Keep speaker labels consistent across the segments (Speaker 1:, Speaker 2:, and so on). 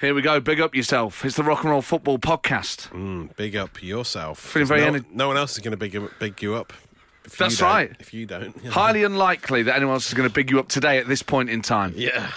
Speaker 1: Here we go. Big up yourself. It's the Rock and Roll Football Podcast.
Speaker 2: Mm-hmm. Hmm, Big up yourself.
Speaker 1: Feeling
Speaker 2: 'Cause
Speaker 1: very
Speaker 2: no,
Speaker 1: ener-
Speaker 2: no one else is going to big, big you up. If you
Speaker 1: That's
Speaker 2: don't-
Speaker 1: right.
Speaker 2: If you don't.
Speaker 1: Highly unlikely that anyone else is going to big you up today at this point in time.
Speaker 2: Yeah.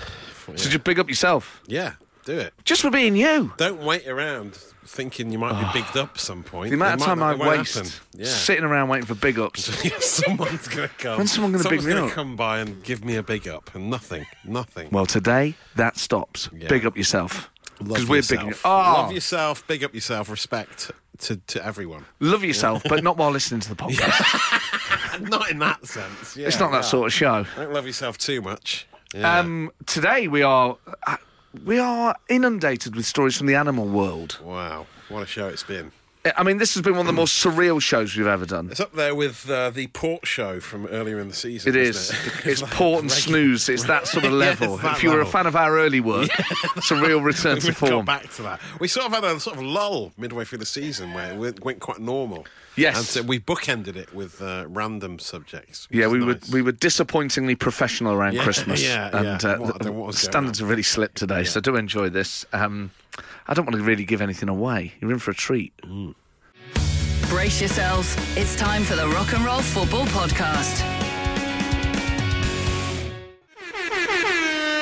Speaker 1: So just big up yourself.
Speaker 2: Yeah. Do it.
Speaker 1: Just for being you.
Speaker 2: Don't wait around thinking you might be bigged up at some point.
Speaker 1: Ah. The amount
Speaker 2: It
Speaker 1: of time
Speaker 2: might
Speaker 1: I
Speaker 2: not- it won't
Speaker 1: waste
Speaker 2: happen. Yeah.
Speaker 1: sitting around waiting for big ups.
Speaker 2: someone's going to come.
Speaker 1: When's someone gonna big
Speaker 2: Someone's
Speaker 1: me
Speaker 2: gonna
Speaker 1: up?
Speaker 2: come by and give me a big up and nothing. Nothing.
Speaker 1: Well, today that stops.
Speaker 2: Yeah.
Speaker 1: Big up yourself
Speaker 2: Love
Speaker 1: we're
Speaker 2: yourself.
Speaker 1: bigging.
Speaker 2: Love
Speaker 1: Oh,
Speaker 2: yourself. Big up yourself. Respect to, to everyone.
Speaker 1: love yourself, but not while listening to the podcast.
Speaker 2: Not in that sense. Yeah,
Speaker 1: It's not that
Speaker 2: no.
Speaker 1: sort of show.
Speaker 2: Don't love yourself too much. Yeah.
Speaker 1: Um, today we are uh, we are inundated with stories from the animal world.
Speaker 2: wow, what a show it's been.
Speaker 1: I- I mean, this has been
Speaker 2: Mm.
Speaker 1: one of the most surreal shows we've ever done.
Speaker 2: It's up there with uh, the port show from earlier in the
Speaker 1: It
Speaker 2: season.
Speaker 1: is.
Speaker 2: isn't it?
Speaker 1: It's port and snooze. It's that sort of
Speaker 2: Yeah, it's
Speaker 1: level.
Speaker 2: that
Speaker 1: if you were a
Speaker 2: level.
Speaker 1: fan of our early work, it's a real return to
Speaker 2: We've got
Speaker 1: form.
Speaker 2: back to that. We sort of had a sort of lull midway through the season where it went- went quite normal.
Speaker 1: Yes.
Speaker 2: and so we bookended it with uh, random subjects. which
Speaker 1: Yeah,
Speaker 2: is
Speaker 1: we
Speaker 2: nice.
Speaker 1: were we were disappointingly professional around
Speaker 2: Yeah,
Speaker 1: Christmas,
Speaker 2: yeah,
Speaker 1: and
Speaker 2: yeah.
Speaker 1: Uh,
Speaker 2: What-
Speaker 1: the
Speaker 2: what was going
Speaker 1: standards have really slipped today. So do enjoy this. Um, I don't want to really give anything away. You're in for a treat.
Speaker 2: Mm.
Speaker 3: Brace yourselves. It's time for the Rock and Roll Football Podcast.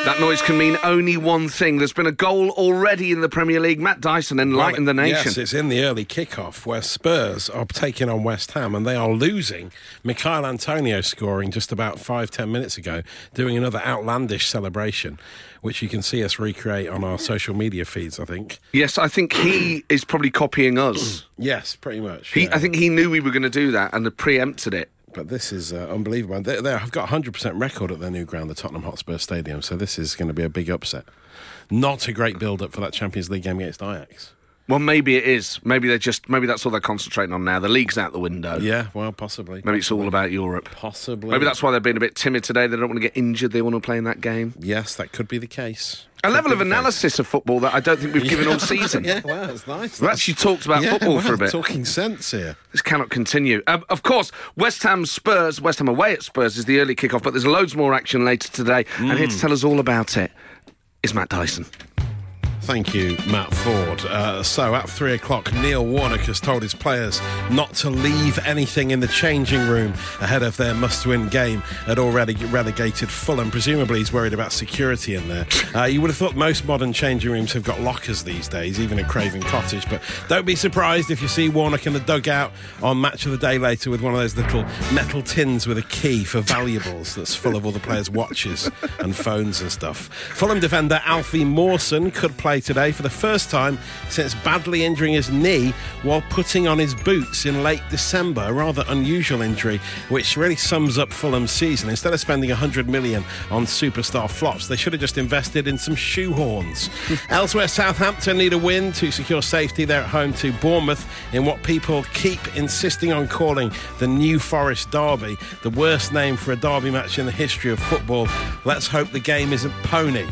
Speaker 1: That noise can mean only one thing. There's been a goal already in the Premier League. Matt Dyson enlightened the nation.
Speaker 2: Yes, it's in the early kickoff where Spurs are taking on West Ham and they are losing. Mikhail Antonio scoring just about five, ten minutes ago, doing another outlandish celebration, which you can see us recreate on our social media feeds, I think.
Speaker 1: Yes, I think he is probably copying us.
Speaker 2: Yes, pretty much.
Speaker 1: He,
Speaker 2: yeah.
Speaker 1: I think he knew we were going to do that and had preempted it.
Speaker 2: But this is uh, unbelievable. And They, they have got a 100% record at their new ground, the Tottenham Hotspur Stadium, so this is going to be a big upset. Not a great build up for that Champions League game against Ajax.
Speaker 1: Well, maybe it is. Maybe they're just. Maybe that's all they're concentrating on now. The league's out the window.
Speaker 2: Yeah, well, possibly.
Speaker 1: Maybe it's all about Europe.
Speaker 2: Possibly.
Speaker 1: Maybe that's why they're being a bit timid today. They don't want to get injured. They want to play in that game.
Speaker 2: Yes, that could be the case.
Speaker 1: A
Speaker 2: Could
Speaker 1: level
Speaker 2: be
Speaker 1: of
Speaker 2: the case.
Speaker 1: analysis of football that I don't think we've given all season.
Speaker 2: Yeah, wow, that's nice.
Speaker 1: We've actually talked about football for a bit.
Speaker 2: Talking sense here.
Speaker 1: This cannot continue.
Speaker 4: Uh,
Speaker 1: Um, of course, West Ham Spurs, West Ham away at Spurs is the early kickoff, but there's loads more action later today. And here to
Speaker 2: Mm.
Speaker 1: tell us all about it is Matt Dyson.
Speaker 2: Thank you, Matt Ford. Uh, so at three o'clock, Neil Warnock has told his players not to leave anything in the changing room ahead of their must-win game at already relegated Fulham. Presumably, he's worried about security in there. Uh, you would have thought most modern changing rooms have got lockers these days, even at Craven Cottage. But don't be surprised if you see Warnock in the dugout on Match of the Day later with one of those little metal tins with a key for valuables that's full of all the players' watches and phones and stuff. Fulham defender Alfie Mawson could play today for the first time since badly injuring his knee while putting on his boots in late December. A rather unusual injury, which really sums up Fulham's season. Instead of spending 100 million on superstar flops, they should have just invested in some shoehorns. Elsewhere, Southampton need a win to secure safety. They're at home to Bournemouth in what people keep insisting on calling the New Forest Derby, the worst name for a derby match in the history of football. Let's hope the game isn't pony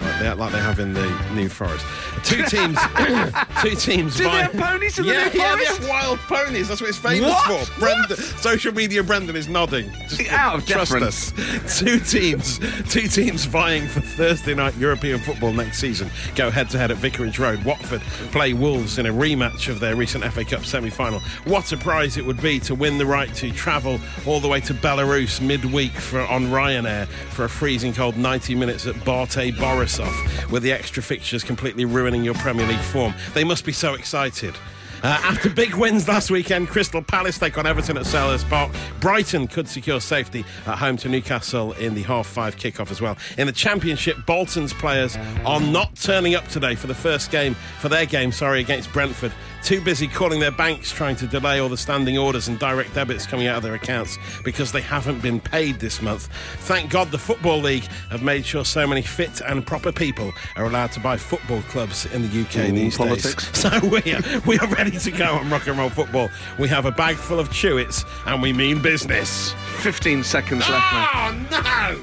Speaker 2: like they, like they have in the New Forest. Two teams, two teams.
Speaker 1: Do they
Speaker 2: vie-
Speaker 1: have ponies in the
Speaker 2: yeah,
Speaker 1: New
Speaker 2: yeah, they
Speaker 1: Forest?
Speaker 2: have wild ponies. That's what it's famous
Speaker 1: What?
Speaker 2: for. Brendan, social media. Brendan is nodding. Just
Speaker 1: Out of
Speaker 2: trust
Speaker 1: deference.
Speaker 2: us. Two teams, two teams vying for Thursday night European football next season. Go head to head at Vicarage Road. Watford play Wolves in a rematch of their recent FA Cup semi-final. What a prize it would be to win the right to travel all the way to Belarus midweek for on Ryanair for a freezing cold 90 minutes at Barte Borisov, with the extra fixtures completely ruining your Premier League form. They must be so excited. Uh, after big wins last weekend, Crystal Palace take on Everton at Sellers Park. Brighton could secure safety at home to Newcastle in the half five kickoff as well. In the Championship, Bolton's players are not turning up today for the first game, for their game, sorry, against Brentford. Too busy calling their banks trying to delay all the standing orders and direct debits coming out of their accounts because they haven't been paid this month. Thank God the Football League have made sure so many fit and proper people are allowed to buy football clubs in the UK
Speaker 1: Ooh,
Speaker 2: these
Speaker 1: Mm, politics.
Speaker 2: days. So we are, we are ready to go on rock and roll football. We have a bag full of chewits and we mean business.
Speaker 1: 15 seconds left now.
Speaker 2: Oh no!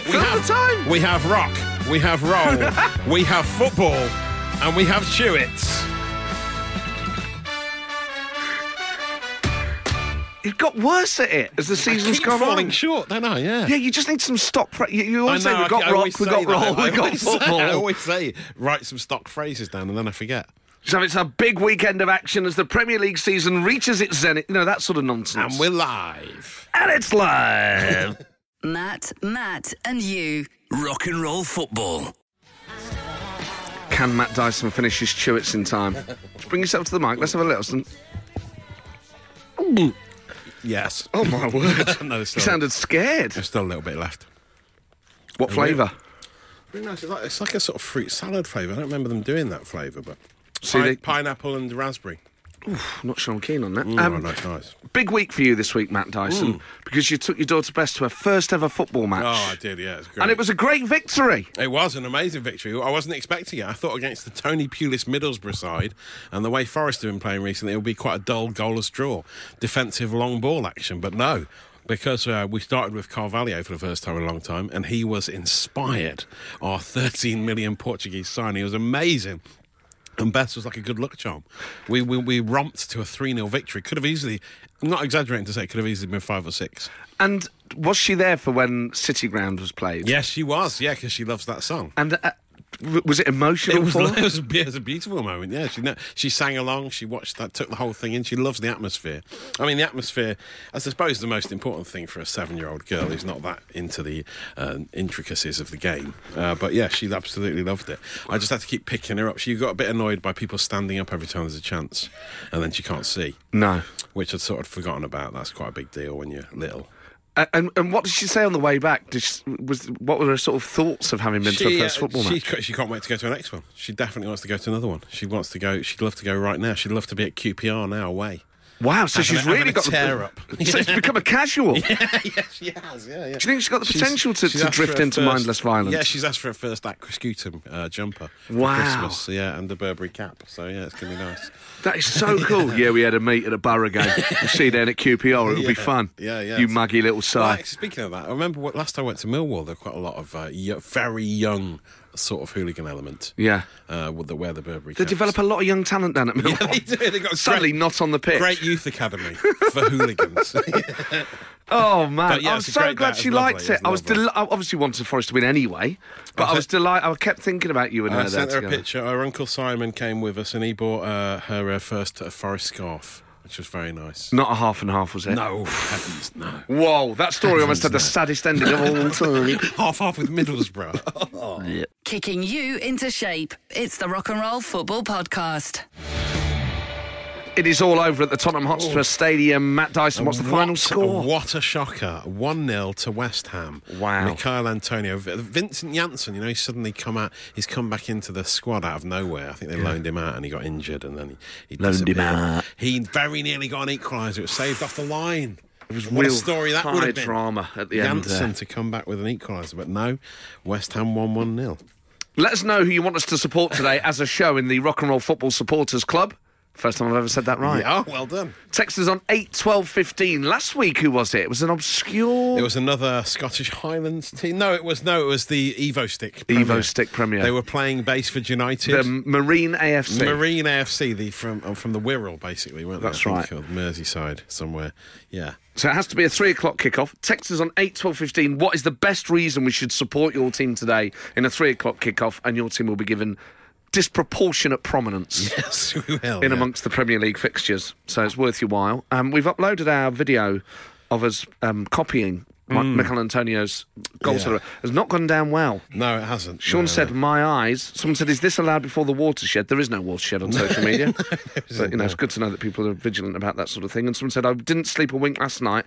Speaker 1: Fill the time.
Speaker 2: We have rock, we have roll, we have football, and we have chewits.
Speaker 4: He got worse at it as the season's
Speaker 2: Keep
Speaker 4: gone
Speaker 2: falling
Speaker 4: on.
Speaker 2: short, don't I? Yeah.
Speaker 4: Yeah, you just need some stock. Pra- you, you always
Speaker 2: I
Speaker 4: say
Speaker 2: know,
Speaker 4: we got
Speaker 2: I- I
Speaker 4: rock,
Speaker 2: always
Speaker 4: we
Speaker 2: say
Speaker 4: got
Speaker 2: that.
Speaker 4: roll,
Speaker 2: I
Speaker 4: we got
Speaker 2: always say- I
Speaker 4: football.
Speaker 2: always say, write some stock phrases down, and then I forget.
Speaker 4: So it's a big weekend of action as the Premier League season reaches its zenith. You know that sort of nonsense.
Speaker 2: And we're live.
Speaker 4: and it's live.
Speaker 3: Matt, Matt, and you.
Speaker 5: Rock and roll football.
Speaker 4: Can Matt Dyson finish his Chewits in time? Just bring yourself to the mic. Let's have a listen.
Speaker 2: Yes.
Speaker 4: Oh my word!
Speaker 2: No,
Speaker 4: he
Speaker 2: sorry.
Speaker 4: sounded scared.
Speaker 2: There's still a little bit left.
Speaker 4: What flavour?
Speaker 2: Really nice. It's like, it's like a sort of fruit salad flavour. I don't remember them doing that flavour, but
Speaker 4: See,
Speaker 2: Pi-
Speaker 4: they-
Speaker 2: pineapple and raspberry.
Speaker 4: I'm not sure I'm keen on that.
Speaker 2: Mm,
Speaker 4: Um,
Speaker 2: oh, that's nice.
Speaker 4: Big week for you this week, Matt Dyson, because you took your daughter Bess to her first ever football match.
Speaker 2: Oh, I did. Yeah, it's great.
Speaker 4: And it was a great victory.
Speaker 2: It was an amazing victory. I wasn't expecting it. I thought against the Tony Pulis Middlesbrough side and the way Forest have been playing recently, it would be quite a dull, goalless draw, defensive long ball action. But no, because uh, we started with Carvalho for the first time in a long time, and he was inspired. Our 13 million Portuguese signing was amazing. And Bess was like a good luck charm. We, we, we romped to a 3 0 victory. Could have easily, I'm not exaggerating to say, it could have easily been five or six.
Speaker 4: And was she there for when City Ground was played?
Speaker 2: Yes, she was. Yeah, because she loves that song.
Speaker 4: And uh, w- was it emotional
Speaker 2: It was,
Speaker 4: for
Speaker 2: it,
Speaker 4: her?
Speaker 2: was a, be- it was a beautiful moment. Yeah, she kno- she sang along. She watched that, took the whole thing in. She loves the atmosphere. I mean, the atmosphere. I suppose the most important thing for a seven-year-old girl who's not that into the uh, intricacies of the game. Uh, but yeah, she absolutely loved it. I just had to keep picking her up. She got a bit annoyed by people standing up every time there's a chance, and then she can't see,
Speaker 4: No.
Speaker 2: which I'd sort of forgotten about. That's quite a big deal when you're little.
Speaker 4: A- And, and what did she say on the way back? Did she, was what were her sort of thoughts of having been to her
Speaker 2: uh,
Speaker 4: first football
Speaker 2: she,
Speaker 4: match?
Speaker 2: ca- she can't wait to go to her next one. She definitely wants to go to another one. She wants to go. She'd love to go right now. She'd love to be at QPR now away.
Speaker 4: Wow, so
Speaker 2: Having
Speaker 4: she's
Speaker 2: a-
Speaker 4: really
Speaker 2: having a
Speaker 4: got
Speaker 2: tear up.
Speaker 4: the, so she's become a casual.
Speaker 2: yes, she has. Yeah, yeah.
Speaker 4: Do you think she's got the potential to, to drift into mindless violence?
Speaker 2: Yeah, she's asked for her first Aquascutum uh, jumper. for
Speaker 4: Wow.
Speaker 2: Christmas, yeah, and a Burberry cap. So yeah, it's gonna be nice.
Speaker 4: That is so cool. yeah, we had a meet at a borough game. We'll see you down at QPR. It'll be
Speaker 2: Yeah.
Speaker 4: fun.
Speaker 2: Yeah, yeah.
Speaker 4: You muggy little
Speaker 2: Well,
Speaker 4: side.
Speaker 2: actually, speaking of that, I remember what, last time I went to Millwall. There were quite a lot of uh, yo- very young sort of hooligan element.
Speaker 4: Yeah.
Speaker 2: uh, with the wear the Burberry.
Speaker 4: They
Speaker 2: caps.
Speaker 4: develop a lot of young talent down at Millwall.
Speaker 2: Yeah, they do. They got a
Speaker 4: Sadly,
Speaker 2: great-
Speaker 4: not on the pitch.
Speaker 2: Great youth academy for hooligans.
Speaker 4: Oh man,
Speaker 2: But yeah,
Speaker 4: I'm
Speaker 2: it's a
Speaker 4: so
Speaker 2: great
Speaker 4: glad
Speaker 2: night.
Speaker 4: she
Speaker 2: It was
Speaker 4: liked
Speaker 2: lovely.
Speaker 4: it.
Speaker 2: It
Speaker 4: I was
Speaker 2: was
Speaker 4: del- I obviously wanted Forest to win anyway, but I was delighted. I kept thinking about you and
Speaker 2: I
Speaker 4: her.
Speaker 2: sent
Speaker 4: there
Speaker 2: her a
Speaker 4: together.
Speaker 2: picture. Her uncle Simon came with us, and he bought uh, her uh, first uh, forest scarf, which was very nice.
Speaker 4: Not a half and half, was it?
Speaker 2: No, heavens, no.
Speaker 4: Whoa, that story almost had the saddest ending of all time.
Speaker 2: Half half with Middlesbrough.
Speaker 3: Kicking you into shape. It's the Rock and Roll Football Podcast.
Speaker 4: It is all over at the Tottenham
Speaker 2: Oh.
Speaker 4: Hotspur Stadium. Matt Dyson, what's the final
Speaker 2: What-
Speaker 4: score?
Speaker 2: What a shocker! One 0 to West Ham.
Speaker 4: Wow.
Speaker 2: Mikhail Antonio, V- Vincent Janssen. You know, he's suddenly come out. He's come back into the squad out of nowhere. I think they loaned him out, and he got injured, and then he, he
Speaker 4: Loaned him
Speaker 2: disappeared.
Speaker 4: out.
Speaker 2: He very nearly got an equaliser. It was saved off the line. It was
Speaker 4: real
Speaker 2: a story that would
Speaker 4: high
Speaker 2: have been.
Speaker 4: drama at the end
Speaker 2: Janssen
Speaker 4: there.
Speaker 2: to come back with an equaliser, but no, West Ham won one 0
Speaker 4: Let us know who you want us to support today as a show in the Rock and Roll Football Supporters Club. First time I've ever said that right.
Speaker 2: Yeah, oh, well done.
Speaker 4: Text us on 8 12 15. Last week, who was it? It was an obscure.
Speaker 2: It was another Scottish Highlands team. No, it was no, it was the Evo Stick.
Speaker 4: Evo Stick Premier.
Speaker 2: They were playing Baseford United.
Speaker 4: the um, Marine AFC.
Speaker 2: Marine AFC, the from uh, from the Wirral, basically, weren't
Speaker 4: That's
Speaker 2: they? I
Speaker 4: right.
Speaker 2: think, or Merseyside somewhere. Yeah.
Speaker 4: So it has to be a three o'clock kickoff. Text us on 8 12 15. What is the best reason we should support your team today in a three o'clock kickoff? And your team will be given disproportionate prominence.
Speaker 2: Yes, we will.
Speaker 4: in
Speaker 2: yeah.
Speaker 4: amongst the Premier League fixtures, so it's worth your while. Um, we've uploaded our video of us
Speaker 1: uh,
Speaker 4: um, copying Mi- Michael Antonio's goal.
Speaker 2: Mm. Yeah.
Speaker 4: celebra- Has not gone down well.
Speaker 2: No, it hasn't.
Speaker 4: Sean
Speaker 2: No,
Speaker 4: said,
Speaker 2: no.
Speaker 4: "My eyes." Someone said, "Is this allowed before the watershed?" There is no watershed on social media, but you know it's good to know that people are vigilant about that sort of thing. And someone said, "I didn't sleep a wink last night.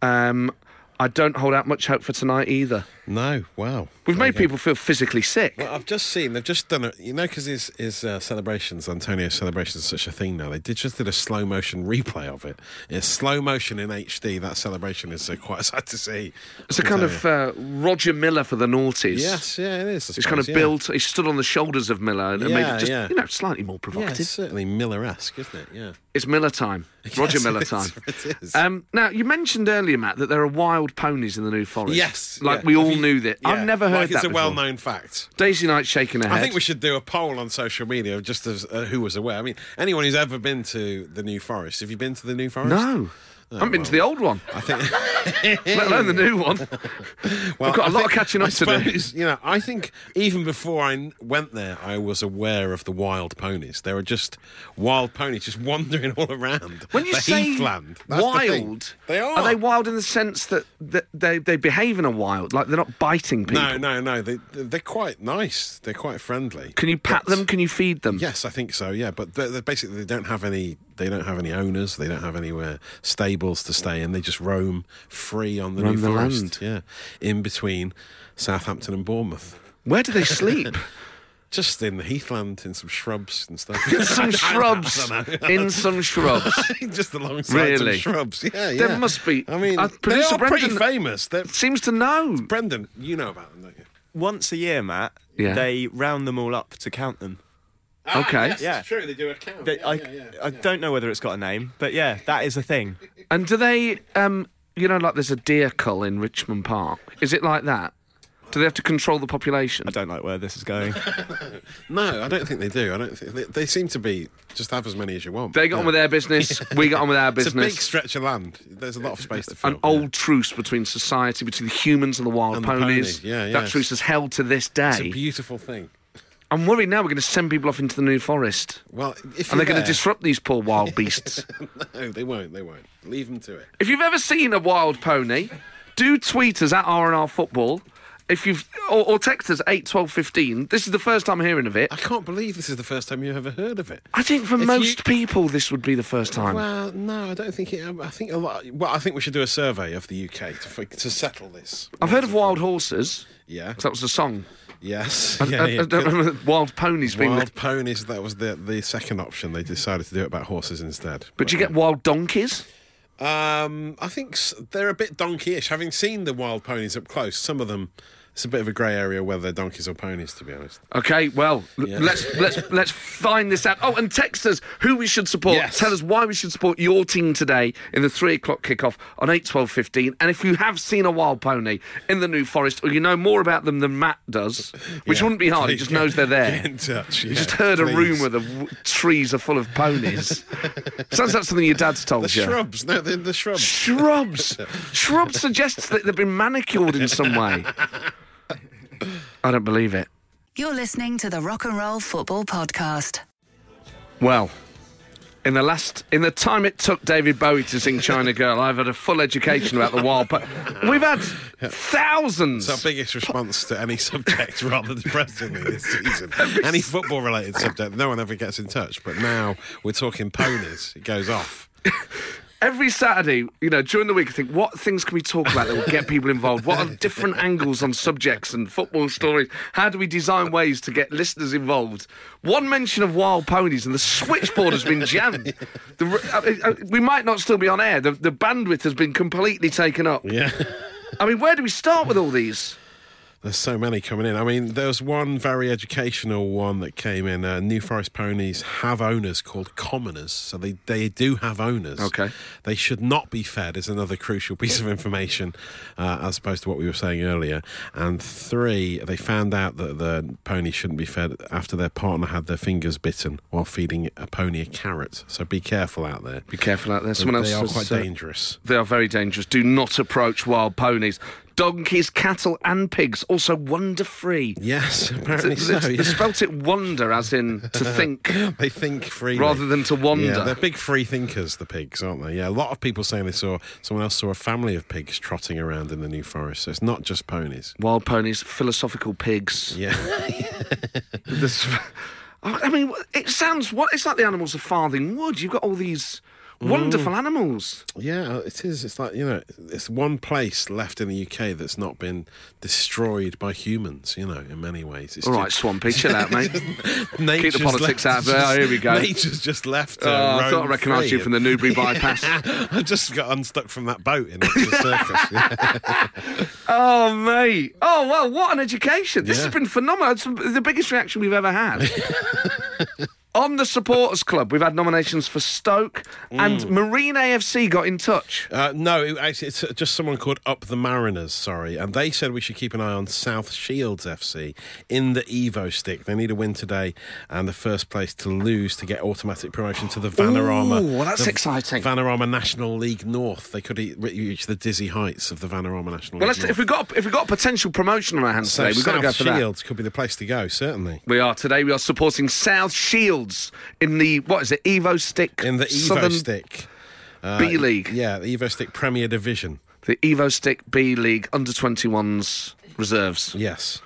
Speaker 4: Um, I don't hold out much hope for tonight either."
Speaker 2: No, wow.
Speaker 4: We've
Speaker 2: There you
Speaker 4: made
Speaker 2: go.
Speaker 4: people feel physically sick.
Speaker 2: Well, I've just seen they've just done it. You know, because his his uh, celebrations, Antonio's celebrations, is such a thing now. They did just did a slow motion replay of it. It's slow motion in HD. That celebration is uh, quite sad to see.
Speaker 4: It's a kind of uh, Roger Miller for the noughties.
Speaker 2: yes, yeah, it is. I
Speaker 4: It's kind
Speaker 2: suppose,
Speaker 4: of
Speaker 2: yeah.
Speaker 4: built. He stood on the shoulders of Miller and made it
Speaker 2: Yeah,
Speaker 4: just,
Speaker 2: yeah.
Speaker 4: you know, slightly more
Speaker 2: Yeah,
Speaker 4: provocative.
Speaker 2: it's certainly Miller-esque, isn't it? Yeah.
Speaker 4: It's Miller time. Roger
Speaker 2: Yes,
Speaker 4: Miller
Speaker 2: it is,
Speaker 4: time.
Speaker 2: it is.
Speaker 4: Um, now, you mentioned earlier, Matt, that there are wild ponies in the New Forest.
Speaker 2: Yes,
Speaker 4: Like
Speaker 2: yeah.
Speaker 4: we
Speaker 2: Have
Speaker 4: all
Speaker 2: you-
Speaker 4: knew that.
Speaker 2: yeah,
Speaker 4: I've never heard
Speaker 2: like
Speaker 4: that.
Speaker 2: It's a
Speaker 4: before.
Speaker 2: well-known fact.
Speaker 4: Daisy Knight shaking her head.
Speaker 2: I think we should do a poll on social media of just as, uh, who was aware. I mean, anyone who's ever been to the New Forest, have you been to the New Forest?
Speaker 4: No. I haven't been to the old one,
Speaker 2: I think.
Speaker 4: let alone the new one.
Speaker 2: Well,
Speaker 4: We've got a
Speaker 2: I
Speaker 4: lot of
Speaker 2: think-
Speaker 4: catching
Speaker 2: I
Speaker 4: up to do.
Speaker 2: suppose, You know, I think even before I n- went there, I was aware of the wild ponies. There are just wild ponies just wandering all around.
Speaker 4: When you
Speaker 2: the
Speaker 4: say
Speaker 2: heathland, that's the thing.
Speaker 4: wild,
Speaker 2: they are.
Speaker 4: they wild in the sense that that they they behave in a wild, like they're not biting people?
Speaker 2: No, no, no. They they're quite nice. They're quite friendly.
Speaker 4: Can you pat
Speaker 2: But-
Speaker 4: them? Can you feed them?
Speaker 2: Yes, I think so. Yeah, but they're, they're basically they don't have any. They don't have any owners. They don't have anywhere stables to stay in. They just roam free on the
Speaker 4: Roam
Speaker 2: new
Speaker 4: the
Speaker 2: forest. Yeah, in between Southampton and Bournemouth.
Speaker 4: Where do they sleep?
Speaker 2: Just in the heathland, in some shrubs and stuff.
Speaker 4: some shrubs. in some shrubs.
Speaker 2: just alongside
Speaker 4: Really?
Speaker 2: some shrubs. Yeah, yeah.
Speaker 4: There must be-
Speaker 2: I mean,
Speaker 4: Uh,
Speaker 2: they
Speaker 4: producer
Speaker 2: are pretty
Speaker 4: Brendan-
Speaker 2: famous. They're,
Speaker 4: Seems to know.
Speaker 2: Brendan, you know about them, don't you?
Speaker 6: Once a year, Matt,
Speaker 4: Yeah.
Speaker 6: they round them all up to count them.
Speaker 4: Okay.
Speaker 2: Ah, yes,
Speaker 6: Yeah.
Speaker 2: true. They do a count.
Speaker 6: They,
Speaker 2: yeah,
Speaker 6: I,
Speaker 2: yeah, yeah,
Speaker 6: I
Speaker 2: yeah.
Speaker 6: don't know whether it's got a name, but yeah, that is a thing.
Speaker 4: And do they, um, you know, like there's a deer cull in Richmond Park? Is it like that? Do they have to control the population?
Speaker 6: I don't like where this is going.
Speaker 2: No, I don't think they do. I don't think they, they seem to be just have as many as you want.
Speaker 4: They got on
Speaker 2: Yeah.
Speaker 4: with their business. we got on with our
Speaker 2: It's a
Speaker 4: business.
Speaker 2: big stretch of land. There's a lot of space to fill.
Speaker 4: an old truce between society, between the humans and the wild
Speaker 2: And the
Speaker 4: ponies.
Speaker 2: ponies, yeah, yeah.
Speaker 4: That truce is held to this
Speaker 2: It's a
Speaker 4: day.
Speaker 2: beautiful thing.
Speaker 4: I'm worried now we're going to send people off into the new forest.
Speaker 2: Well, if
Speaker 4: And
Speaker 2: you're
Speaker 4: they're going to
Speaker 2: there-
Speaker 4: disrupt these poor wild beasts.
Speaker 2: No, they won't. They won't. Leave them to it.
Speaker 4: if you've ever seen a wild pony, do tweet us at R&R Football. If you've or, or text us eight twelve fifteen. This is the first time hearing of it.
Speaker 2: I can't believe this is the first time you've ever heard of it.
Speaker 4: I think for
Speaker 2: If you-
Speaker 4: most people this would be the first time.
Speaker 2: Well, no, I don't think it. I think a lot. Well, I think we should do a survey of the UK to fi- to settle this.
Speaker 4: I've heard of wild horses.
Speaker 2: Yeah.
Speaker 4: 'cause that was a song.
Speaker 2: Yes.
Speaker 4: And-
Speaker 2: Yeah,
Speaker 4: and-
Speaker 2: yeah.
Speaker 4: I don't remember wild ponies being.
Speaker 2: Wild
Speaker 4: there.
Speaker 2: ponies. That was the the second option. They decided to do it about horses instead.
Speaker 4: But you get wild donkeys.
Speaker 2: Um, I think s- they're a bit donkeyish. Having seen the wild ponies up close, some of them, it's a bit of a grey area whether they're donkeys or ponies. To be honest.
Speaker 4: Okay, well, l-
Speaker 2: Yeah.
Speaker 4: let's let's let's find this out. Oh, and text us who we should support.
Speaker 2: Yes.
Speaker 4: Tell us why we should support your team today in the three o'clock kickoff on eight twelve fifteen. And if you have seen a wild pony in the New Forest, or you know more about them than Matt does, which
Speaker 2: Yeah,
Speaker 4: wouldn't be hard, he
Speaker 2: please
Speaker 4: just
Speaker 2: get-
Speaker 4: knows they're
Speaker 2: Get
Speaker 4: there.
Speaker 2: in touch.
Speaker 4: You just heard a rumour the w- trees are full of ponies. Sounds like something your dad's told
Speaker 2: The
Speaker 4: you.
Speaker 2: shrubs. No, they're the shrubs.
Speaker 4: Shrubs. Shrubs suggests that they've been manicured in some way. I don't believe it.
Speaker 3: You're listening to the Rock and Roll Football Podcast.
Speaker 4: Well, in the last, in the time it took David Bowie to sing China Girl, I've had a full education about the wild. But we've had thousands.
Speaker 2: It's our biggest response to any subject, rather depressingly, this season. any football related subject. No one ever gets in touch, but now we're talking ponies. It goes off.
Speaker 4: Every Saturday, you know, during the week, I think what things can we talk about that will get people involved? What are different angles on subjects and football stories? How do we design ways to get listeners involved? One mention of wild ponies and the switchboard has been jammed. The, r- uh, uh, we might not still be on air. The, the bandwidth has been completely taken up.
Speaker 2: Yeah.
Speaker 4: I mean, where do we start with all these?
Speaker 2: There's so many coming in. I mean, there's one very educational one that came in. Uh, New Forest ponies have owners called commoners, so they, they do have owners.
Speaker 4: Okay.
Speaker 2: They should not be fed, is another crucial piece of information, uh, as opposed to what we were saying earlier. And three, they found out that the pony shouldn't be fed after their partner had their fingers bitten while feeding a pony a carrot. So be careful out there.
Speaker 4: Be careful out there. Someone else
Speaker 2: they are
Speaker 4: has,
Speaker 2: quite
Speaker 4: uh,
Speaker 2: dangerous.
Speaker 4: They are very dangerous. Do not approach wild ponies. Donkeys, cattle, and pigs also wonder free.
Speaker 2: Yes, apparently
Speaker 4: They,
Speaker 2: so.
Speaker 4: they
Speaker 2: yeah.
Speaker 4: spelt it wonder as in to think.
Speaker 2: They think freely
Speaker 4: Rather than to wander.
Speaker 2: Yeah, they're big free thinkers, the pigs, aren't they? Yeah, a lot of people saying they saw someone else saw a family of pigs trotting around in the New Forest. So it's not just ponies.
Speaker 4: Wild ponies, philosophical pigs.
Speaker 2: Yeah,
Speaker 4: This- I mean, it sounds what it's like the animals of Farthing Wood. You've got all these wonderful animals.
Speaker 2: yeah, uh, it is. It's like you know, it's one place left in the UK that's not been destroyed by humans. You know, in many ways. It's
Speaker 4: All right,
Speaker 2: just-
Speaker 4: Swampy, chill out, mate.
Speaker 2: nature's
Speaker 4: politics
Speaker 2: left-
Speaker 4: out there. Oh, here we go.
Speaker 2: Nature's just left. Uh,
Speaker 4: Oh, I thought I
Speaker 2: roam
Speaker 4: recognised you
Speaker 2: free.
Speaker 4: from the Newbury bypass.
Speaker 2: I just got unstuck from that boat in the circus. Yeah.
Speaker 4: Oh, mate. Oh, well, what an education. This
Speaker 2: Yeah.
Speaker 4: has been phenomenal. It's the biggest reaction we've ever had. On the supporters club, we've had nominations for Stoke and Marine AFC got in touch.
Speaker 2: Uh, no, it, actually, it's just someone called Up the Mariners, sorry. And they said we should keep an eye on South Shields FC in the Evo stick. They need a win today and the first place to lose to get automatic promotion to the Vanarama.
Speaker 4: Ooh, well, that's
Speaker 2: the
Speaker 4: exciting.
Speaker 2: Vanarama National League North. They could e- reach the dizzy heights of the Vanarama National
Speaker 4: Well,
Speaker 2: League
Speaker 4: let's, if
Speaker 2: North.
Speaker 4: we've got if we've got a potential promotion on our hands
Speaker 2: so
Speaker 4: today, we've got to
Speaker 2: South
Speaker 4: go for that.
Speaker 2: Shields could be the place to go, certainly.
Speaker 4: We are today. We are supporting South Shields in the what is it? Evo Stick
Speaker 2: In the Evo
Speaker 4: Southern
Speaker 2: stick. Uh,
Speaker 4: B League.
Speaker 2: Yeah, the Evo stick Premier Division.
Speaker 4: The Evo Stick B League under 21s reserves.
Speaker 2: Yes.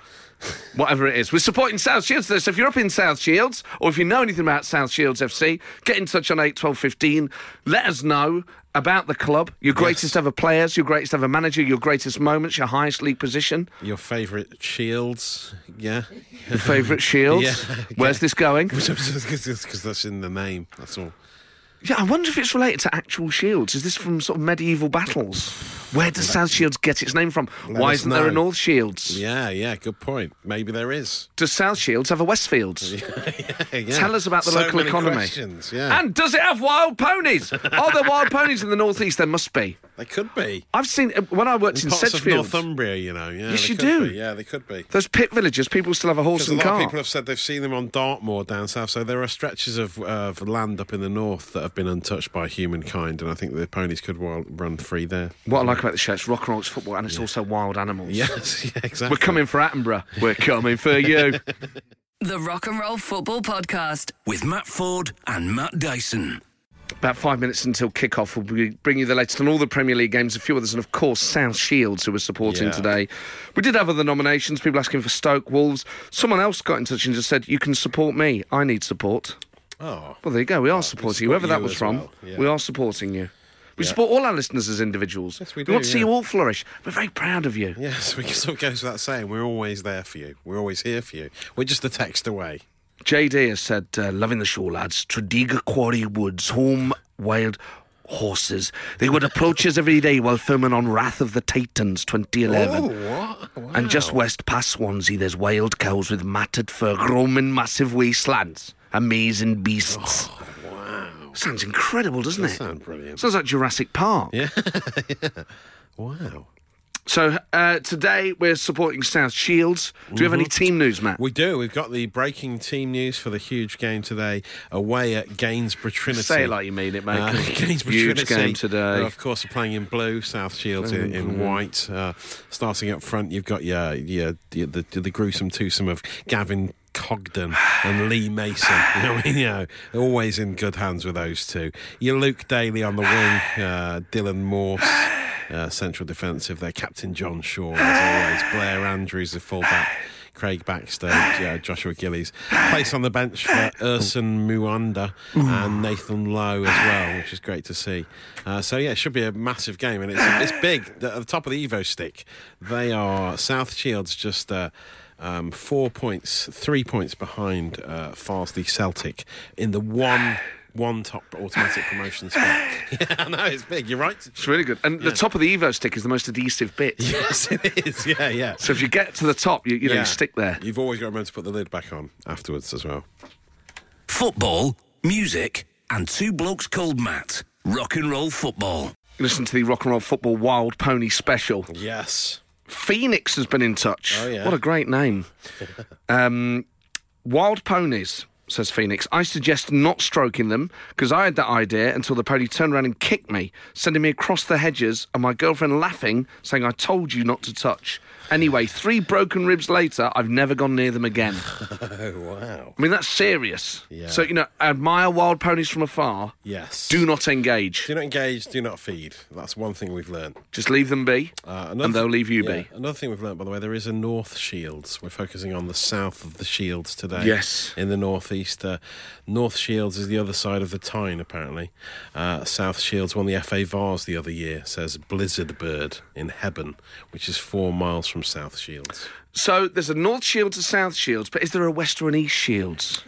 Speaker 4: Whatever it is. We're supporting South Shields today. So if you're up in South Shields or if you know anything about South Shields FC, get in touch on 8 12 15. Let us know about the club, your greatest ever players, your greatest ever manager, your greatest moments, your highest league position,
Speaker 2: Your favourite Shields. Yeah.
Speaker 4: your favourite Shields.
Speaker 2: Yeah, okay.
Speaker 4: Where's this going?
Speaker 2: Because that's in the name. That's all.
Speaker 4: Yeah, I wonder if it's related to actual shields. Is this from sort of medieval battles? Where does South Shields get its name from? Why
Speaker 2: us
Speaker 4: isn't there a
Speaker 2: know.
Speaker 4: North Shields?
Speaker 2: Yeah, yeah. Good point. Maybe there is.
Speaker 4: Does South Shields have a West Fields?
Speaker 2: Yeah, yeah.
Speaker 4: Tell us about the
Speaker 2: So
Speaker 4: local
Speaker 2: many
Speaker 4: economy.
Speaker 2: questions, Yeah,
Speaker 4: And does it have wild ponies? Are there wild ponies in the northeast? There must be.
Speaker 2: they could be.
Speaker 4: I've seen uh, when I worked in,
Speaker 2: In parts
Speaker 4: Sedgefield.
Speaker 2: of Northumbria, you know. Yeah,
Speaker 4: Yes,
Speaker 2: they
Speaker 4: you
Speaker 2: could
Speaker 4: do.
Speaker 2: Be. Yeah, they could be.
Speaker 4: Those pit villages, people still have a horse
Speaker 2: Because a
Speaker 4: and
Speaker 2: lot of
Speaker 4: cart.
Speaker 2: people have said they've seen them on Dartmoor down south, so there are stretches of, of land up in the north that have been untouched by humankind, and I think the ponies could wild, run free there.
Speaker 4: What I like about the show, it's rock and roll, it's football, and it's also wild animals.
Speaker 2: Yes, yeah, exactly.
Speaker 4: We're coming for Attenborough. We're coming for you.
Speaker 3: The Rock and Roll Football Podcast.
Speaker 7: With Matt Ford and Matt Dyson.
Speaker 4: About five minutes until kickoff, we'll be bring you the latest on all the Premier League games, a few others, and of course South Shields, who we're supporting
Speaker 2: Yeah.
Speaker 4: today. We did have other nominations, people asking for Stoke, Wolves. Someone else got in touch and just said, "You can support me. I need support."
Speaker 2: Oh,
Speaker 4: Well, there you go. We are supporting you.
Speaker 2: support
Speaker 4: Whoever that
Speaker 2: you
Speaker 4: was
Speaker 2: as
Speaker 4: from,
Speaker 2: well, yeah.
Speaker 4: we are supporting you. We support all our listeners as individuals.
Speaker 2: Yes, we
Speaker 4: We want
Speaker 2: do,
Speaker 4: to see
Speaker 2: yeah.
Speaker 4: you all flourish. We're very proud of you.
Speaker 2: yes. We can sort of goes without saying. We're always there for you. We're always here for you. We're just a text away.
Speaker 4: JD has said, uh, loving the show, lads. Tradiga Quarry Woods, home wild horses. They would approach us every day while filming on Wrath of the Titans 2011.
Speaker 2: what? Oh, Wow.
Speaker 4: And just west past Swansea, there's wild cows with matted fur roaming massive wastelands. Amazing beasts.
Speaker 2: Oh, wow.
Speaker 4: Sounds incredible, doesn't it?
Speaker 2: Sound brilliant.
Speaker 4: Sounds like Jurassic Park.
Speaker 2: Wow.
Speaker 4: So uh, today we're supporting South Shields. Do you have any team news, Matt?
Speaker 2: Mm-hmm. We do. We've got the breaking team news for the huge game today away at Gainsborough Trinity.
Speaker 4: Say it like you mean it, mate.
Speaker 2: Uh, Gainsborough Oh,
Speaker 4: Huge
Speaker 2: Trinity.
Speaker 4: game today. Mm-hmm.
Speaker 2: Who, of course, are playing in blue. South Shields in, in white. Uh, starting up front, you've got your, your, your the, the gruesome twosome of Gavin Cogden and Lee Mason. You know, what I mean? you know, always in good hands with those two. Your Luke Daly on the wing, uh, Dylan Morse. Uh, central defensive there, Captain John Shaw as always, Blair Andrews the fullback, Craig Baxter, yeah, Joshua Gillies. Place on the bench for Urson Muanda and Nathan Lowe as well, which is great to see. Uh, so, yeah, it should be a massive game. And it's, it's big. At the top of the Evo stick, they are South Shields just. Uh, um, four points, three points behind uh, Farsley Celtic in the one, one top automatic promotion spot. Yeah, I know it's big. You're right.
Speaker 4: It's really good. And the top of the Evo stick is the most adhesive bit.
Speaker 2: Yes, it is. Yeah, yeah.
Speaker 4: So if you get to the top, you, you know,
Speaker 2: Yeah.
Speaker 4: you stick there.
Speaker 2: You've always got to remember to put the lid back on afterwards as well.
Speaker 7: Football, music, and two blokes called Matt. Rock and roll football.
Speaker 4: Listen to the Rock and Roll Football Wild Pony special.
Speaker 2: Yes.
Speaker 4: Phoenix has been in touch.
Speaker 2: Oh, yeah.
Speaker 4: What a great name. um, wild ponies, says Phoenix. I suggest not stroking them because I had that idea until the pony turned around and kicked me, sending me across the hedges and my girlfriend laughing, saying, I told you not to touch. Anyway, three broken ribs later, I've never gone near them again.
Speaker 2: Oh wow.
Speaker 4: I mean, that's serious.
Speaker 2: Yeah.
Speaker 4: So, you know, admire wild ponies from afar.
Speaker 2: Yes.
Speaker 4: Do not engage.
Speaker 2: do not engage. Do not feed. That's one thing we've learned. Uh,
Speaker 4: Just leave them be, and they'll leave you
Speaker 2: yeah,
Speaker 4: be.
Speaker 2: Another thing we've learned, by the way, there is a North Shields. We're focusing on the south of the Shields today.
Speaker 4: Yes.
Speaker 2: In the northeast, uh, North Shields is the other side of the Tyne, apparently. Uh, south Shields won the FA Vars the other year. Says Blizzard Bird in Hebburn, which is four miles from South Shields.
Speaker 4: So there's a North Shields and South Shields, but is there a West or an East Shields?